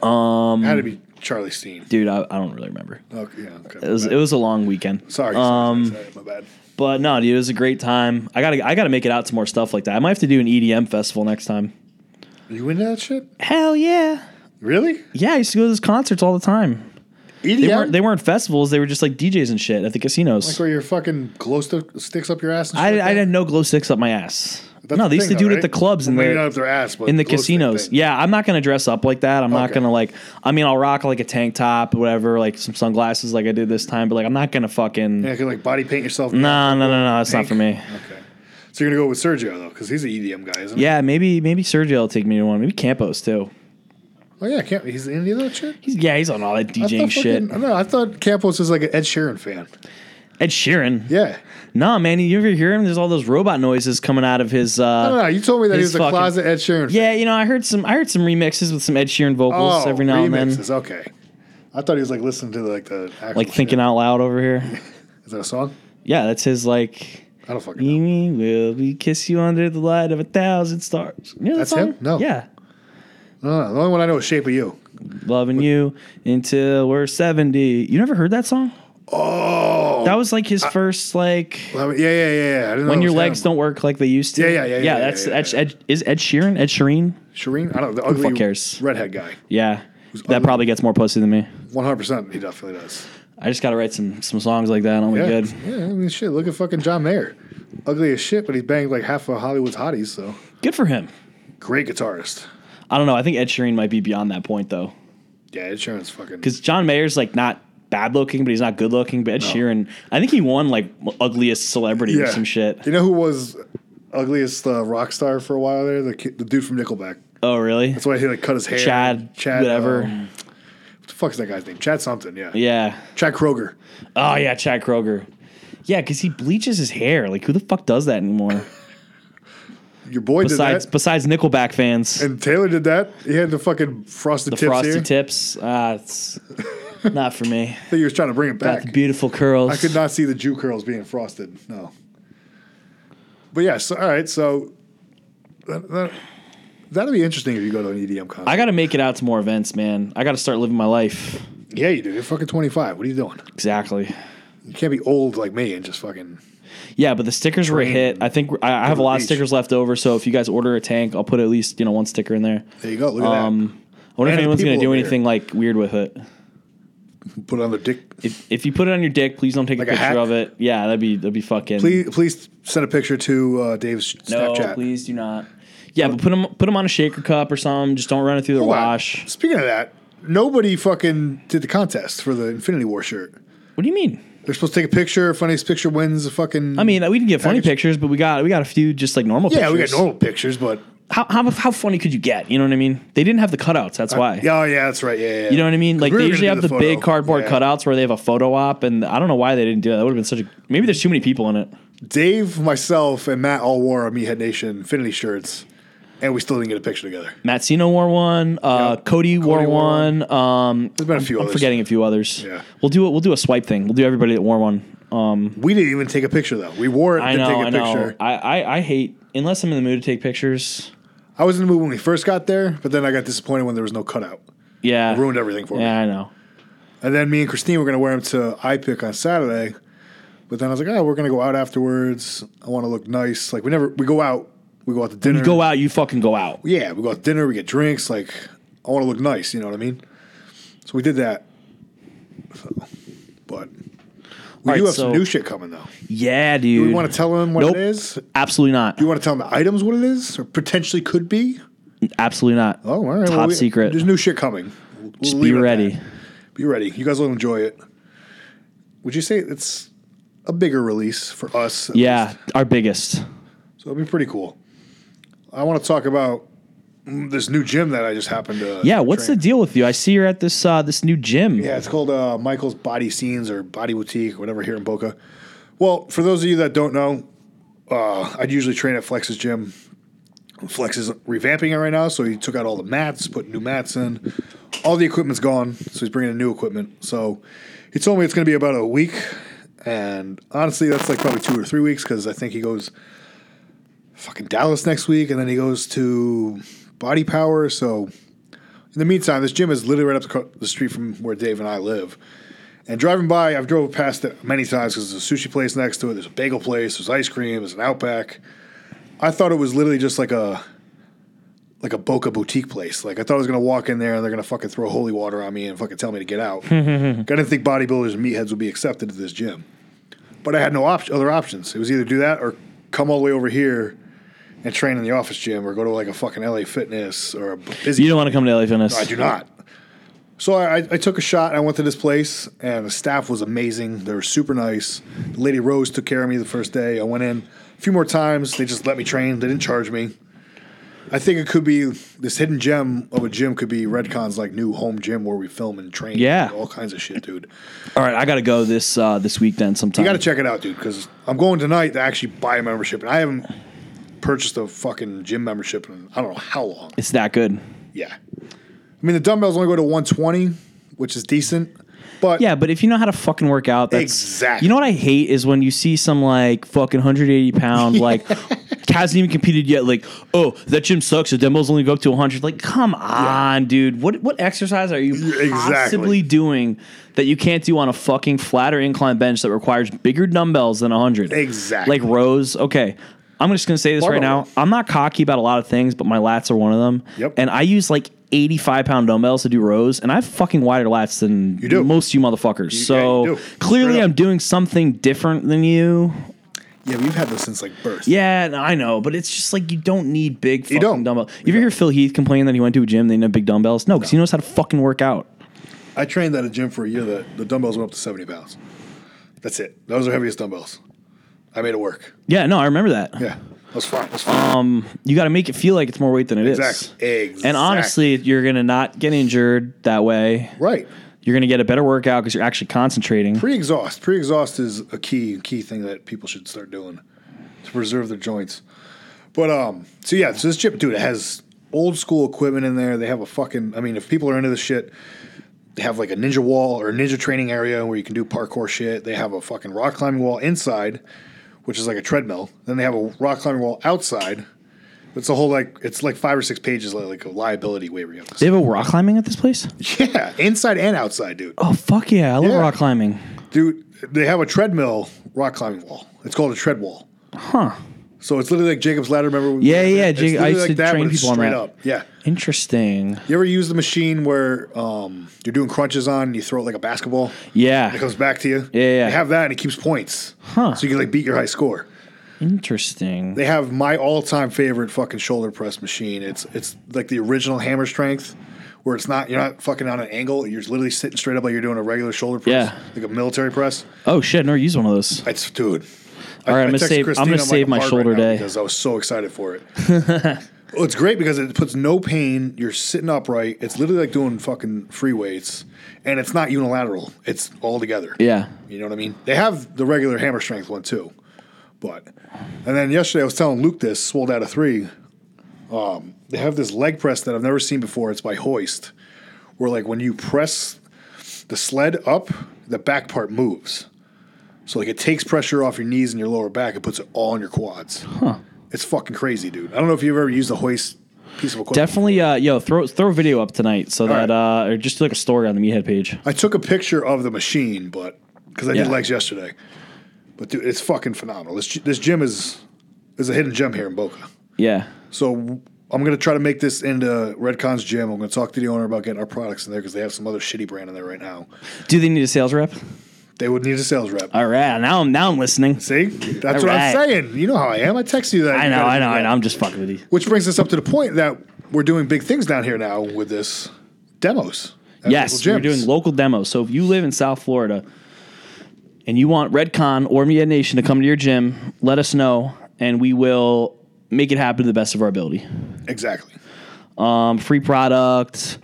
S2: Um, had to be Charlie Steen.
S3: Dude, I, I don't really remember.
S2: Okay, yeah, okay.
S3: It was it was a long weekend.
S2: sorry, sorry,
S3: Um,
S2: sorry, my bad.
S3: but no, dude, it was a great time. I gotta I gotta make it out to more stuff like that. I might have to do an EDM festival next time.
S2: Are you into that shit?
S3: Hell yeah.
S2: Really? E
S3: Yeah, I used to go to those concerts all the time.
S2: EDM?
S3: They weren't they weren't festivals, they were just like DJs and shit at the casinos.
S2: like where your fucking glow st- sticks up your ass. And shit
S3: I,
S2: like
S3: I
S2: that?
S3: had no glow sticks up my ass.
S2: That's
S3: no,
S2: the
S3: they used to
S2: thing,
S3: do
S2: though,
S3: it at the
S2: right?
S3: clubs and
S2: Well, maybe
S3: they're
S2: not up their ass, but
S3: in the
S2: glow stick
S3: casinos.
S2: thing.
S3: Yeah, I'm not gonna dress up like that. I'm not
S2: Okay.
S3: gonna like. I mean, I'll rock like a tank top, or whatever, like some sunglasses, like I did this time. But like, I'm not gonna fucking.
S2: Yeah, you can like body paint yourself.
S3: No, no, no, no. That's not
S2: Pink.
S3: for me.
S2: Okay. So you're gonna go with Sergio though, because he's an EDM guy, isn't he?
S3: Yeah, maybe maybe Sergio will take me to one. Maybe Campos too.
S2: Oh yeah, can't, he's in any of that shit.
S3: He's yeah, he's on all that
S2: I thought
S3: DJing shit.
S2: fucking- No, I thought Campos was like an Ed Sheeran fan.
S3: Ed Sheeran.
S2: Yeah.
S3: Nah, man. You ever hear him? There's all those robot noises coming out of his.
S2: No, no,
S3: uh
S2: no, you told me that he
S3: He's
S2: was a
S3: fucking-
S2: closet Ed Sheeran. fan.
S3: Yeah, you know, I heard some. I heard some remixes with some Ed Sheeran vocals
S2: Oh,
S3: every now and then.
S2: remixes. Okay. I thought he was like listening to like the actual
S3: Like thinking
S2: shit.
S3: out loud over here.
S2: Is that a song?
S3: Yeah, that's his like.
S2: I don't fucking know.
S3: Amy, will we kiss you under the light of a thousand stars? You know that
S2: That's
S3: song?
S2: him? No.
S3: Yeah.
S2: No, no, the only one I know is Shape of You.
S3: Loving you until we're 70. You never heard that song?
S2: Oh.
S3: That was like his first, like,
S2: yeah, yeah, yeah. yeah. I didn't know
S3: when
S2: it
S3: your
S2: was
S3: legs
S2: him.
S3: don't work like they used to.
S2: Yeah, yeah, yeah, yeah, yeah,
S3: that's
S2: yeah,
S3: Ed,
S2: yeah.
S3: Ed, is Ed Sheeran? Ed Sheeran?
S2: Shireen? I don't know. The ugly
S3: fuck cares?
S2: redhead guy.
S3: Yeah.
S2: ugly.
S3: That probably gets more pussy than me.
S2: 100% he definitely does.
S3: I just got to write some some songs like that. I'll be
S2: Yeah.
S3: good.
S2: Yeah, I mean, shit, look at fucking John Mayer. Ugly as shit, but he banged like half of Hollywood's hotties, so.
S3: Good for him.
S2: Great guitarist.
S3: I don't know. I think Ed Sheeran might be beyond that point, though.
S2: Yeah, Ed Sheeran's fucking.
S3: because John Mayer's like not bad looking, but he's not good looking. But Ed Sheeran, I think he won like ugliest celebrity or
S2: yeah.
S3: some shit.
S2: You know who was ugliest uh, rock star for a while there? The, kid, the dude from Nickelback.
S3: Oh, really?
S2: That's why he like cut his hair.
S3: Chad, whatever.
S2: um, what the fuck's that guy's name? Chad something, yeah.
S3: yeah.
S2: Chad Kroger.
S3: Oh yeah, Chad Kroger. Yeah, because he bleaches his hair. Like, who the fuck does that anymore?
S2: Your boy
S3: Besides,
S2: did that.
S3: besides Nickelback fans,
S2: And Taylor did that. He had the fucking frosted
S3: the
S2: tips
S3: frosty
S2: here.
S3: tips. Ah, it's not for me.
S2: I think he was trying to bring it
S3: Got
S2: back.
S3: the beautiful curls.
S2: I could not see the Jew curls being frosted. No. But yeah, so all right, so that, that, that'll be interesting if you go to an EDM concert.
S3: I got to make it out to more events, man. I got to start living my life.
S2: yeah, you do. You're fucking 25. What are you doing?
S3: Exactly.
S2: You can't be old like me and just fucking.
S3: Yeah, but the stickers were a hit. I think I, I have a
S2: the
S3: lot of
S2: beach.
S3: stickers left over. So if you guys order a tank, I'll put at least you know one sticker in there.
S2: There you go. Look at
S3: Um, I
S2: And the
S3: wonder if anyone's going to
S2: people
S3: do
S2: over
S3: anything like weird with it.
S2: that. Put it on their dick.
S3: If, if you put it on your dick, please don't take
S2: Like
S3: a
S2: a
S3: picture
S2: hat?
S3: of it. Yeah, that'd be that'd be fucking.
S2: Please, please send a picture to uh, Dave's
S3: no,
S2: Snapchat.
S3: please do not. Yeah, but put them put 'em on a shaker cup or something. Just don't run it through the
S2: Hold on.
S3: wash.
S2: Speaking of that, nobody fucking did the contest for the Infinity War shirt.
S3: What do you mean?
S2: They're supposed to take a picture. Funniest picture wins a fucking.
S3: I mean, we didn't get funny
S2: Package-
S3: pictures, but we got we got a few just like normal.
S2: yeah,
S3: pictures.
S2: we got normal pictures, but
S3: How, how how funny could you get? You know what I mean? They didn't have the cutouts. That's why.
S2: yeah, oh yeah, that's right. Yeah, yeah.
S3: You know what I mean? Like
S2: we
S3: they
S2: were
S3: usually
S2: gonna
S3: have
S2: do
S3: the,
S2: the
S3: big
S2: photo.
S3: cardboard
S2: Yeah.
S3: cutouts where they have a photo op, and I don't know why they didn't do that. That would have been such a maybe. There's too many people in it.
S2: Dave, myself, and Matt all wore our Me Head Nation Infinity shirts, and we still didn't get a picture together.
S3: Matt Sino wore one. Uh,
S2: Yep.
S3: Cody, wore,
S2: wore
S3: one. Um,
S2: There's been a few
S3: I'm
S2: others.
S3: forgetting a few others.
S2: Yeah.
S3: We'll do it. We'll do a swipe thing. We'll do everybody that wore one. Um,
S2: We didn't even take a picture though. We wore it,
S3: I
S2: didn't
S3: know. I
S2: take a
S3: know.
S2: picture.
S3: I, I I hate unless I'm in the mood to take pictures.
S2: I was in the mood when we first got there, but then I got disappointed when there was no cutout.
S3: Yeah.
S2: Ruined everything for me.
S3: Yeah, I know.
S2: And then me and Christine were going to wear them to iPick on Saturday. But then I was like, oh, we're going to go out afterwards. I want to look nice. Like, we never, we go out, we go out to dinner.
S3: You go out. You fucking go out.
S2: Yeah, we go out to dinner, we get drinks. Like, I want to look nice. You know what I mean? So we did that. So, but we
S3: All
S2: do
S3: right,
S2: have some
S3: so-
S2: new shit coming, though.
S3: Yeah, dude.
S2: Do we want to tell them what
S3: Nope.
S2: it is? Do
S3: Absolutely not.
S2: you want to tell them the items what it is or potentially could be?
S3: Absolutely not.
S2: Oh, all right.
S3: Top
S2: well, we-
S3: secret.
S2: There's new shit coming. We'll- we'll
S3: Just be
S2: leave it at
S3: ready.
S2: that. Be ready. You guys will enjoy it. Would you say it's a bigger release for us? at
S3: Yeah,
S2: least?
S3: our biggest.
S2: So it'll be pretty cool. I want to talk about mm, this new gym that I just happened to.
S3: Yeah. What's
S2: train.
S3: the deal with you? I see you're at this uh, this new gym.
S2: Yeah, it's called uh, Michael's Body Scenes or Body Boutique or whatever here in Boca. Well, for those of you that don't know, uh, I'd usually train at Flex's gym. Flex is revamping it right now, so he took out all the mats, put new mats in. All the equipment's gone, so he's bringing in new equipment. So he told me it's going to be about a week, and honestly, that's like probably two or three weeks because I think he goes fucking Dallas next week, and then he goes to Body Power. So In the meantime, this gym is literally right up the, co- the street from where Dave and I live. And driving by, I've drove past it many times because there's a sushi place next to it. There's a bagel place. There's ice cream. There's an Outback. I thought it was literally just like a like a Boca boutique place. Like I thought I was gonna walk in there and they're gonna fucking throw holy water on me and fucking tell me to get out. I didn't think bodybuilders and meatheads would be accepted at this gym. But I had no op- other options. It was either do that or come all the way over here and train in the office gym or go to like a fucking LA Fitness or a b- busy.
S3: You don't want to come to LA Fitness.
S2: I do not. So I, I I took a shot. and I went to this place, and the staff was amazing. They were super nice. Lady Rose took care of me the first day. I went in a few more times. They just let me train. They didn't charge me. I think it could be this hidden gem of a gym could be Redcon's like new home gym where we film and train.
S3: Yeah.
S2: and all kinds of shit, dude.
S3: All right, I gotta go this uh, this week then. Sometime
S2: You got to check it out, dude, because I'm going tonight to actually buy a membership, and I haven't purchased a fucking gym membership in I don't know how long.
S3: It's that good.
S2: Yeah, I mean the dumbbells only go to 120, which is decent, but
S3: Yeah, but if you know how to fucking work out, that's
S2: Exactly.
S3: You know what I hate is when you see some like fucking 180 pound like hasn't even competed yet. Like, oh, that gym sucks. The dumbbells only go up to 100. Like, come on, dude. What what exercise are you
S2: Yeah, exactly.
S3: possibly doing that you can't do on a fucking flat or incline bench that requires bigger dumbbells than 100?
S2: Exactly.
S3: Like rows. Okay. I'm just gonna say this right
S2: Barbell.
S3: now. I'm not cocky about a lot of things, but my lats are one of them.
S2: Yep.
S3: And I use like 85 pound dumbbells to do rows, and I have fucking wider lats than you
S2: do.
S3: most you motherfuckers. so
S2: yeah, you do.
S3: clearly,
S2: Straight
S3: I'm
S2: up.
S3: doing something different than you.
S2: Yeah, we've had this since like birth.
S3: Yeah, and I know, but it's just like you don't need big fucking
S2: don't.
S3: dumbbells. You ever hear Phil Heath complain that he went to a gym they didn't have big dumbbells? No, because he knows how to fucking work out.
S2: I trained at a gym for a year that the dumbbells went up to 70 pounds. That's it. Those are heaviest dumbbells. I made it work.
S3: Yeah, no, I remember that.
S2: Yeah, that was fun. That was fun.
S3: You got to make it feel like it's more weight than it is.
S2: exactly. Exactly.
S3: And honestly, you're gonna not get injured that way.
S2: right.
S3: You're gonna get a better workout because you're actually concentrating.
S2: Pre-exhaust. Pre-exhaust is a key key thing that people should start doing to preserve their joints. But um, so yeah, so this gym, dude, it has old school equipment in there. They have a fucking. I mean, if people are into this shit, they have like a ninja wall or ninja training area where you can do parkour shit. They have a fucking rock climbing wall inside, which is like a treadmill. Then they have a rock climbing wall outside. It's a whole like it's like five or six pages like, like a liability waiver. You have to
S3: They
S2: sign.
S3: have a rock climbing at this place?
S2: Yeah, inside and outside, dude.
S3: Oh fuck yeah! I love
S2: Yeah.
S3: rock climbing.
S2: Dude, they have a treadmill rock climbing wall. It's called a tread wall.
S3: Huh?
S2: So it's literally like Jacob's ladder. Remember? when we
S3: Yeah,
S2: did
S3: yeah,
S2: that? It's
S3: Jac- I
S2: literally
S3: used to train
S2: but it's
S3: people on
S2: straight
S3: that.
S2: Up. Yeah.
S3: Interesting.
S2: You ever use the machine where um, you're doing crunches on and you throw it like a basketball?
S3: Yeah.
S2: It comes back to you.
S3: Yeah, yeah.
S2: They have that and it keeps points.
S3: Huh.
S2: So you can like beat your high score.
S3: Interesting.
S2: They have my all-time favorite fucking shoulder press machine. It's it's like the original hammer strength, where it's not you're not fucking on an angle. You're just literally sitting straight up like you're doing a regular shoulder press,
S3: Yeah.
S2: like a military press.
S3: Oh shit! I Never used one of those.
S2: It's dude.
S3: All right, I'm gonna
S2: texted
S3: save- I'm
S2: Christine,
S3: gonna save
S2: I'm
S3: my
S2: hard
S3: shoulder
S2: now
S3: day.
S2: because I was so excited for it. well, it's great because it puts no pain. You're sitting upright. It's literally like doing fucking free weights, and it's not unilateral. It's all together.
S3: Yeah.
S2: You know what I mean? They have the regular hammer strength one too, but and then yesterday I was telling Luke this swole out of three. Um, they have this leg press that I've never seen before. It's by Hoist, where like when you press the sled up, the back part moves. So like it takes pressure off your knees and your lower back and puts it all on your quads. It's fucking crazy, dude. I don't know if you've ever used a Hoist piece of equipment.
S3: Definitely. Uh, yo, throw throw a video up tonight so
S2: right.
S3: that uh, or just do like a story on the Meathead page.
S2: I took a picture of the machine, but because I
S3: Yeah.
S2: did legs yesterday. But dude, it's fucking phenomenal. This this gym is is a hidden gem here in Boca.
S3: Yeah.
S2: So I'm gonna try to make this into Redcon's gym. I'm gonna talk to the owner about getting our products in there because they have some other shitty brand in there right now.
S3: Do they need a sales rep?
S2: They would need a sales rep.
S3: All right. Now I'm now I'm listening.
S2: See, that's
S3: All
S2: what
S3: right.
S2: I'm saying. You know how I am. I text you that.
S3: I
S2: You
S3: know.
S2: gotta
S3: I
S2: do
S3: know. I
S2: that.
S3: know. I'm just fucking with you.
S2: Which brings us up to the point that we're doing big things down here now with this demos. at
S3: Yes,
S2: local
S3: we're
S2: gyms.
S3: doing local demos. So if you live in South Florida and you want Redcon or Media Nation to come to your gym, let us know and we will make it happen to the best of our ability.
S2: exactly.
S3: Um, free product,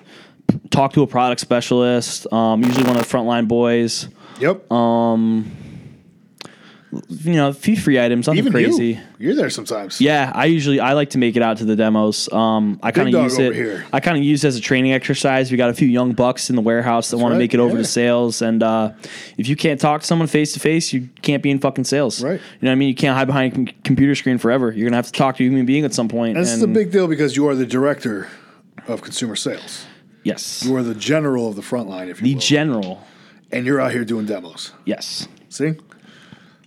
S3: talk to a product specialist, um, usually one of the frontline boys.
S2: Yep.
S3: Um, You know, a few free items, nothing
S2: Even
S3: crazy.
S2: you, you're there sometimes.
S3: Yeah, I usually I like to make it out to the demos. Um, I kind of
S2: dog
S3: use
S2: over
S3: it.
S2: here.
S3: I kind of use it as a training exercise. We got a few young bucks in the warehouse that want
S2: right,
S3: to make it over
S2: yeah.
S3: to sales, and uh, if you can't talk to someone face to face, you can't be in fucking sales.
S2: Right.
S3: You know what I mean? You can't hide behind a com- computer screen forever. You're gonna have to talk to a human being at some point.
S2: And this is a
S3: and-
S2: big deal because you are the director of consumer sales.
S3: Yes.
S2: You are the general of the front line, if you
S3: The
S2: will.
S3: general.
S2: and you're out here doing demos.
S3: Yes.
S2: See?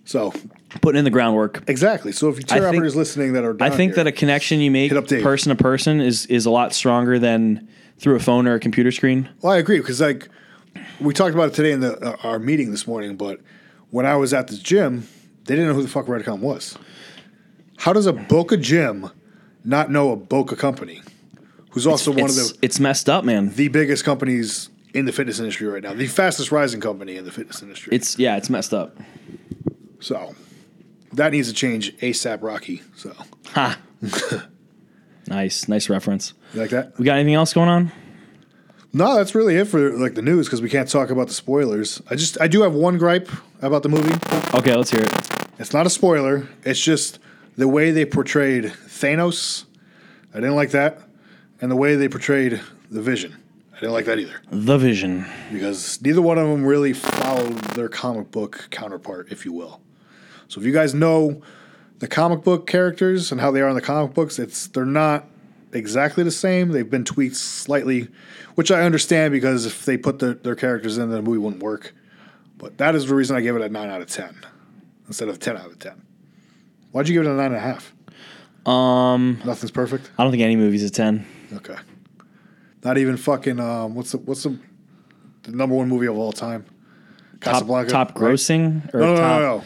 S2: So,
S3: Putting in the groundwork.
S2: exactly. So, if you
S3: I
S2: tier
S3: think-
S2: operators listening that are
S3: I
S2: down
S3: think
S2: here,
S3: that a connection you make
S2: Hit up Dave.
S3: person to person is is a lot stronger than through a phone or a computer screen.
S2: Well, I agree because like we talked about it today in the uh, our meeting this morning, but when I was at the gym, they didn't know who the fuck Redcon was. How does a Boca gym not know a Boca company, who's also one of
S3: it's,
S2: the
S3: it's messed up, man.
S2: the biggest companies in the fitness industry right now, the fastest rising company in the fitness industry?
S3: It's yeah, it's messed up.
S2: so that needs to change ASAP, Rocky. So
S3: Ha. nice, nice reference.
S2: you like that?
S3: We got anything else going on?
S2: No, that's really it for like the news because we can't talk about the spoilers. I just I do have one gripe about the movie.
S3: Okay, let's hear it.
S2: It's not a spoiler. It's just the way they portrayed Thanos. I didn't like that. And the way they portrayed the Vision. I didn't like that either.
S3: The Vision.
S2: Because neither one of them really followed their comic book counterpart, if you will. So if you guys know the comic book characters and how they are in the comic books, it's they're not exactly the same. They've been tweaked slightly, which I understand because if they put their, their characters in, the movie wouldn't work. But that is the reason I gave it a nine out of ten instead of ten out of ten. Why'd you give it a nine and a half? Um, nothing's perfect.
S3: I don't think any movie's a ten.
S2: Okay, not even fucking um, what's the what's the, the number one movie of all time?
S3: Top,
S2: Casablanca.
S3: top
S2: right?
S3: grossing or
S2: No, no, no,
S3: top,
S2: no, no.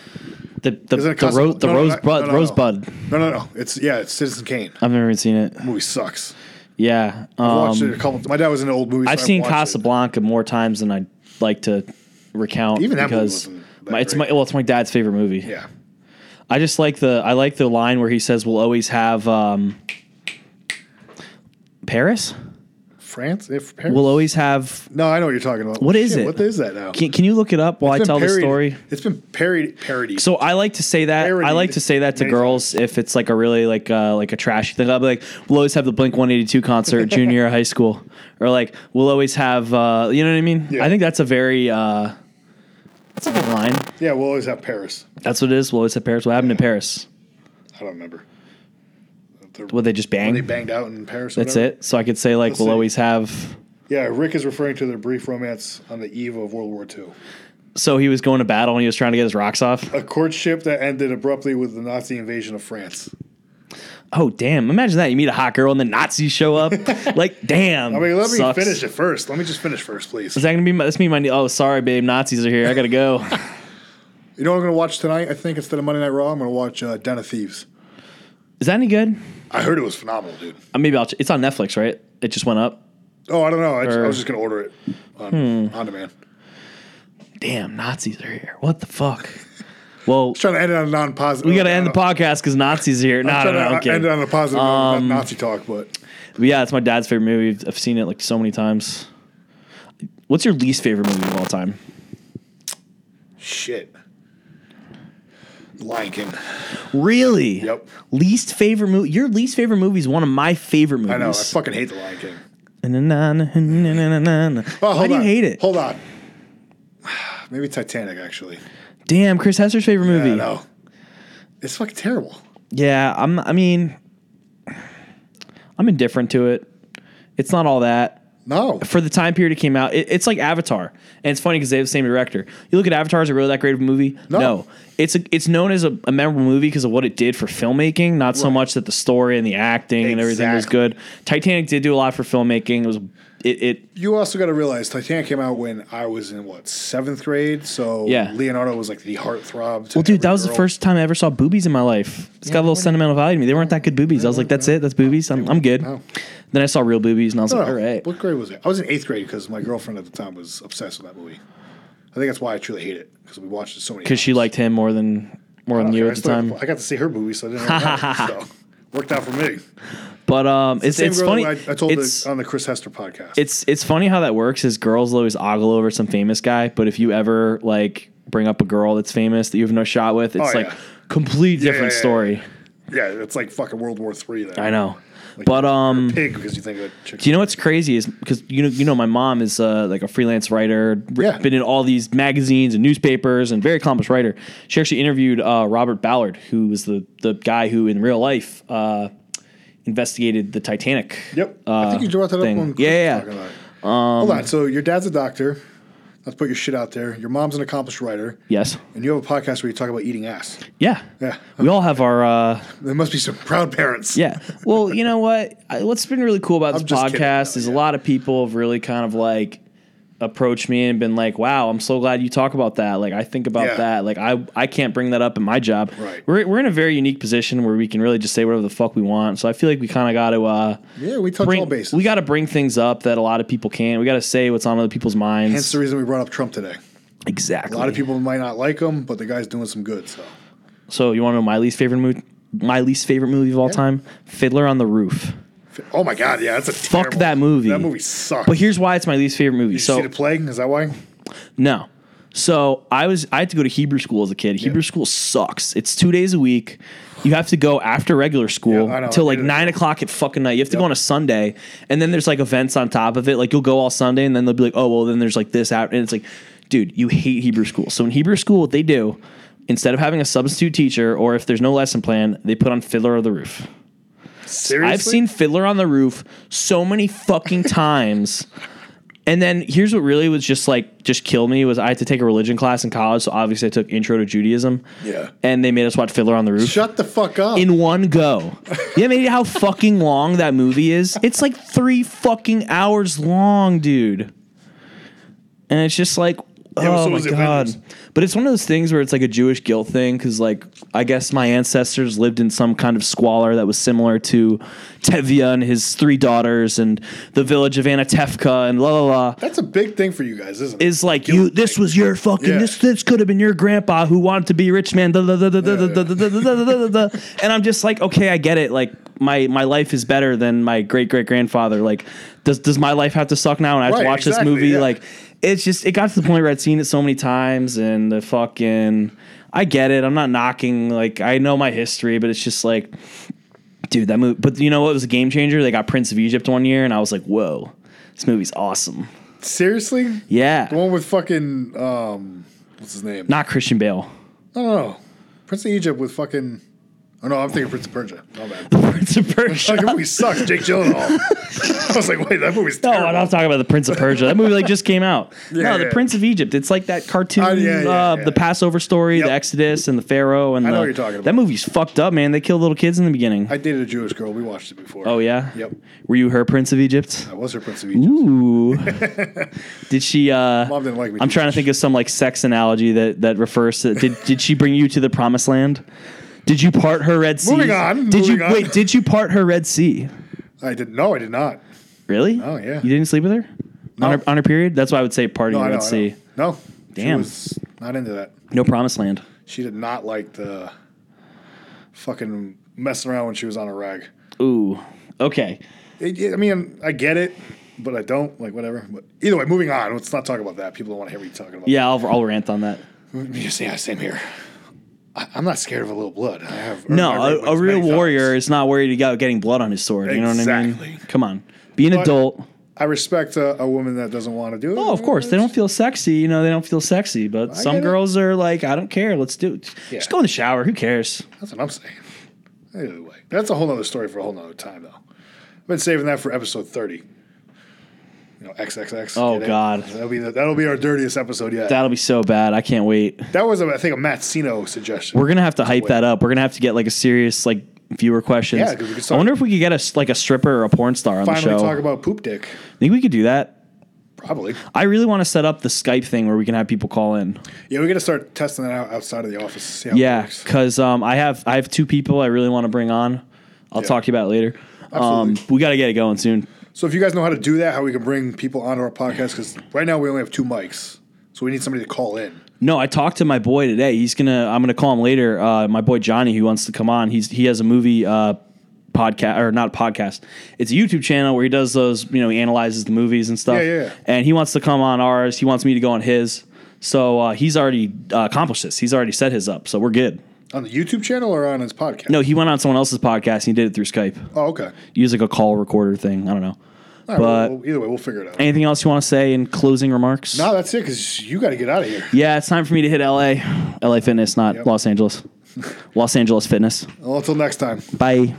S3: the the,
S2: Isn't it
S3: the, ro-
S2: Casablanca?
S3: the
S2: No, no, no,
S3: rosebud
S2: no, no, no.
S3: rosebud.
S2: No, no, no. It's yeah, it's Citizen Kane.
S3: I've never even seen it.
S2: Movie sucks.
S3: Yeah,
S2: I watched it a
S3: um,
S2: couple. My dad was in old movies.
S3: I've
S2: so I
S3: seen
S2: watched it.
S3: Casablanca more times than I'd like to recount
S2: Even that movie
S3: because
S2: wasn't that
S3: my, it's my
S2: great.
S3: well, it's my dad's favorite movie.
S2: Yeah,
S3: I just like the I like the line where he says we'll always have um, Paris.
S2: France. If Paris.
S3: We'll always have.
S2: no, I know what you're talking about.
S3: What is
S2: Shit,
S3: it?
S2: What is that now?
S3: Can, can you look it up while
S2: It's
S3: I
S2: been
S3: tell the
S2: parodied-
S3: story?
S2: It's been parodied. Parody.
S3: So I like to say that I like
S2: Parodied
S3: to say that to
S2: many
S3: girls if it's like a really like uh, like a trashy thing. I'll be like, we'll always have the Blink One Eighty Two concert at junior year of high school, or like we'll always have uh, you know what I mean.
S2: Yeah.
S3: I think that's a very uh, that's a good line.
S2: yeah, we'll always have Paris.
S3: That's what it is. We'll always have Paris. What happened in Paris?
S2: I don't remember. The-
S3: Well, they just
S2: when
S3: bang.
S2: they banged out in Paris. or
S3: that's
S2: whatever.
S3: it. So I could say like
S2: Let's
S3: we'll
S2: see.
S3: always have.
S2: Yeah, Rick is referring to their brief romance on the eve of World War II.
S3: So he was going to battle and he was trying to get his rocks off.
S2: A courtship that ended abruptly with the Nazi invasion of France.
S3: Oh damn! Imagine that you meet a hot girl and the Nazis show up. like damn.
S2: I mean, let me
S3: sucks.
S2: finish it first. Let me just finish first, please.
S3: Is that gonna be my, that's me? My new- oh sorry, babe. Nazis are here. I gotta go.
S2: You know what I'm going to watch tonight? I think instead of Monday Night Raw, I'm going to watch uh, Den of Thieves.
S3: Is that any good?
S2: I heard it was phenomenal, dude.
S3: Uh, maybe I'll. Ch- it's on Netflix, right? It just went up.
S2: Oh, I don't know. I, ju- I
S3: Or- Hmm.
S2: was just going to order it on, on demand. I
S3: Damn, Nazis are here. What the fuck? Well,
S2: was trying to end it on a non-positive.
S3: we gotta end the podcast because Nazis are here. No,
S2: I'm
S3: no,
S2: trying
S3: no.
S2: to
S3: I'm kidding. Um,
S2: end it on a positive note, not Nazi talk, but
S3: But yeah, it's my dad's favorite movie. I've- I've seen it like so many times. What's your least favorite movie of all time?
S2: shit. Lion King.
S3: Really?
S2: Yep.
S3: Least favorite movie. Your least favorite movie is one of my favorite movies.
S2: I know. I fucking hate the Lion King.
S3: Na-na-na-na-na-na-na.
S2: Oh,
S3: Why
S2: hold
S3: do you
S2: on.
S3: hate it?
S2: Hold on. Maybe Titanic, actually.
S3: Damn, Chris Hester's favorite
S2: I
S3: movie.
S2: don't know. It's fucking terrible.
S3: Yeah, I'm. I mean, I'm indifferent to it. It's not all that
S2: No.
S3: for the time period it came out. It, it's like Avatar, and it's funny because they have the same director. You look at Avatar is it really that great of a movie?
S2: No.
S3: it's a, it's known as a, a memorable movie because of what it did for filmmaking, not so
S2: Right.
S3: much that the story and the acting and everything was
S2: Exactly.
S3: good. Titanic did do a lot for filmmaking. It was it. it
S2: You also got to realize Titanic came out when I was in what seventh grade, so
S3: Yeah.
S2: Leonardo was like the heartthrob. to
S3: well, dude,
S2: every
S3: that was the
S2: girl.
S3: first time I ever saw boobies in my life. It's got a little sentimental value to me. They weren't that good boobies. I was like, that's it. That's boobies. I'm, I'm good. Oh.
S2: No.
S3: Then I saw real boobies, and I was
S2: No,
S3: like,
S2: no.
S3: all right.
S2: What grade was it? I was in eighth grade because my girlfriend at the time was obsessed with that movie. I think that's why I truly hate it because we watched it so many.
S3: because she liked him more than more than you at the time.
S2: I got to see her movie, so I didn't. Really know, so worked out for me.
S3: But um, it's
S2: Same
S3: it's
S2: girl
S3: funny.
S2: that I, I told
S3: it's,
S2: the, on the Chris Hester podcast.
S3: it's it's funny how that works. Is girls will always ogle over some famous guy, but if you ever like bring up a girl that's famous that you have no shot with, it's
S2: Oh,
S3: like
S2: yeah.
S3: complete
S2: yeah,
S3: different
S2: yeah,
S3: story.
S2: yeah, it's like fucking World War Three. Then
S3: I know. but um,
S2: pig because you think of chick-
S3: Do you know what's crazy is because you know you know my mom is uh, like a freelance writer, r-
S2: Yeah.
S3: been in all these magazines and newspapers, and very accomplished writer. She actually interviewed uh, Robert Ballard, who was the the guy who in real life uh, investigated the Titanic.
S2: Yep, I think you brought that up
S3: Uh, thing.
S2: when Chris was
S3: yeah, yeah,
S2: talking
S3: yeah. Um,
S2: about it. Hold on. So your dad's a doctor. Let's put your shit out there. Your mom's an accomplished writer,
S3: Yes.
S2: and you have a podcast where you talk about eating ass.
S3: Yeah.
S2: Yeah.
S3: We all have our. uh
S2: There must be some proud parents.
S3: Yeah. Well, you know what? I, what's been really cool about
S2: I'm
S3: this
S2: just kidding,
S3: podcast
S2: though,
S3: is
S2: yeah.
S3: a lot of people have really kind of like approached me and been like, "Wow, I'm so glad you talk about that. Like, I think about
S2: Yeah.
S3: that. Like, I I can't bring that up in my job.
S2: Right.
S3: We're we're in a very unique position where we can really just say whatever the fuck we want. So I feel like we kind of got to. uh
S2: Yeah, we touch all
S3: Bring,
S2: bases.
S3: we got to bring things up that a lot of people can't. We got to say what's on other people's minds.
S2: Hence the reason we brought up Trump today.
S3: exactly.
S2: A lot of people might not like him, but the guy's doing some good. So
S3: So you want to know my least favorite movie? My least favorite movie of all time, Fiddler on the Roof.
S2: Oh my god, yeah, that's a
S3: Fuck
S2: terrible-
S3: that movie.
S2: That movie sucks.
S3: But here's why it's my least favorite movie.
S2: Did
S3: so
S2: you see the plague? Is that why?
S3: No. So I was I had to go to Hebrew school as a kid. Hebrew school sucks. It's two days a week. You have to go after regular school
S2: Yeah, I know.
S3: till like
S2: Yeah.
S3: nine o'clock at fucking night. You have to go on a Sunday, and then there's like events on top of it. Like you'll go all Sunday, and then they'll be like, oh well, then there's like this out, and it's like, dude, you hate Hebrew school. So in Hebrew school, what they do instead of having a substitute teacher or if there's no lesson plan, they put on Fiddler on the Roof.
S2: Seriously,
S3: I've seen Fiddler on the Roof so many fucking times. And then here's what really was just like just killed me was I had to take a religion class in college, so obviously I took Intro to Judaism.
S2: Yeah.
S3: And they made us watch Fiddler on the Roof
S2: Shut the fuck up.
S3: in one go. You know how fucking long that movie is? It's like three fucking hours long, dude. And it's just like,
S2: Yeah, but
S3: oh
S2: so
S3: my
S2: was it
S3: god!
S2: Avengers.
S3: But it's one of those things where it's like a Jewish guilt thing because, like, I guess my ancestors lived in some kind of squalor that was similar to Tevye and his three daughters and the village of Anatefka and la la la
S2: that's a big thing for you guys, isn't it?
S3: is like you. This was your fucking.
S2: Yeah.
S3: This this could have been your grandpa who wanted to be a rich man. da, da, da, da, da, da, da, da, da, da, da, da, da. And I'm just like, okay, I get it. Like my my life is better than my great great grandfather. Like, does does my life have to suck now? And I have
S2: Right,
S3: to watch
S2: exactly,
S3: this movie.
S2: yeah.
S3: Like, it's just it got to the point where I'd seen it so many times and the fucking. I get it. I'm not knocking. Like I know my history, but it's just like, dude, that movie. But you know what was a game changer? They got Prince of Egypt one year, and I was like, whoa, this movie's awesome.
S2: seriously
S3: Yeah.
S2: the one with fucking um, what's his name?
S3: Not Christian Bale.
S2: No, no,
S3: Oh.
S2: no. Prince of Egypt with fucking. Oh no, I'm thinking Prince of Persia. My bad.
S3: Prince of Persia.
S2: Fucking movie sucks. Jake Gyllenhaal. I was like, wait, that movie's
S3: No,
S2: terrible.
S3: I'm not talking about the Prince of Persia. That movie like just came out.
S2: Yeah,
S3: no, the
S2: yeah.
S3: Prince of Egypt. It's like that cartoon,
S2: Oh, yeah, yeah,
S3: uh,
S2: yeah.
S3: the Passover story,
S2: Yep.
S3: the Exodus, and the Pharaoh. And
S2: I know
S3: the-
S2: what you're talking about.
S3: That movie's fucked up, man. They kill little kids in the beginning.
S2: I dated a Jewish girl. We watched it before.
S3: oh yeah.
S2: Yep.
S3: Were you her Prince of Egypt?
S2: I was her Prince of Egypt.
S3: Ooh. did she? uh
S2: Mom didn't like me.
S3: I'm trying to think of some like sex analogy that that refers to. Did did she bring you to the promised land? Did you part her Red Sea?
S2: Moving on,
S3: Did
S2: moving
S3: you
S2: on.
S3: wait? Did you part her Red Sea?
S2: I did. No, I did not.
S3: Really?
S2: Oh, yeah.
S3: You didn't sleep with her on, her on her period. That's why I would say party.
S2: No, I know,
S3: Let's
S2: I know.
S3: see.
S2: No.
S3: Damn.
S2: She was not into that.
S3: No promised land.
S2: She did not like the fucking messing around when she was on a rag.
S3: Ooh. Okay.
S2: It- it- I mean, I get it, but I don't. Like, whatever. But either way, moving on. Let's not talk about that. People don't want to hear me talking about
S3: Yeah, I'll, I'll rant on that.
S2: Just, yeah, same here. I, I'm not scared of a little blood. I have
S3: No,
S2: earned my right
S3: a, a
S2: wings
S3: real
S2: many
S3: warrior
S2: times.
S3: is not worried about getting blood on his sword. You know what I
S2: Exactly.
S3: mean? Come on. Be an
S2: But-
S3: adult.
S2: I respect a, a woman that doesn't want to do it.
S3: Oh, of course. They don't feel sexy. You know, they don't feel sexy. But
S2: get
S3: some
S2: it.
S3: girls are like, I don't care. Let's do it.
S2: Yeah.
S3: Just go in the shower. Who cares?
S2: That's what I'm saying. Either way, that's a whole nother story for a whole nother time, though. I've been saving that for episode 30. You know, XXX.
S3: Oh,
S2: Get it?
S3: God.
S2: that'll be the, that'll be our dirtiest episode yet. That,
S3: That'll be so bad. I can't wait.
S2: was, I think, a Matt Sino suggestion.
S3: We're gonna have to hype that up. We're gonna have to get like a serious like viewer questions.
S2: Yeah, 'cause we could
S3: I
S2: start-
S3: wonder if we could get a s- like a stripper or a porn star on
S2: Finally,
S3: the show.
S2: talk about poop dick.
S3: Think we could do that?
S2: Probably.
S3: I really want to set up the Skype thing where we can have people call in.
S2: Yeah, we're gonna start testing that out outside of the office. See how it
S3: Yeah,
S2: works.
S3: because um, I have I have two people I really want to bring on. I'll
S2: Yeah.
S3: talk to you about it later. Um,
S2: Absolutely.
S3: we got to get it going soon.
S2: So if you guys know how to do that, how we can bring people onto our podcast, because right now we only have two mics, so we need somebody to call in.
S3: No, I talked to my boy today. He's gonna. I'm gonna call him later. Uh, my boy Johnny, who wants to come on. He's he has a movie uh, podcast or not a podcast. It's a YouTube channel where he does those. You know, he analyzes the movies and stuff.
S2: Yeah, yeah, yeah.
S3: And he wants to come on ours. He wants me to go on his. So uh, he's already uh, accomplished this. He's already set his up. So we're good.
S2: On the YouTube channel or on his podcast?
S3: No, he went on someone else's podcast and he did it through Skype.
S2: Oh, okay.
S3: Use like a call recorder thing. I don't know.
S2: All right,
S3: But-
S2: well, either way, we'll figure it out.
S3: Anything else you want to say in closing remarks?
S2: No, that's it, because you got to get out of here.
S3: Yeah, it's time for me to hit LA. LA Fitness, not Los Angeles. Los Angeles Fitness.
S2: Well, until next time.
S3: Bye.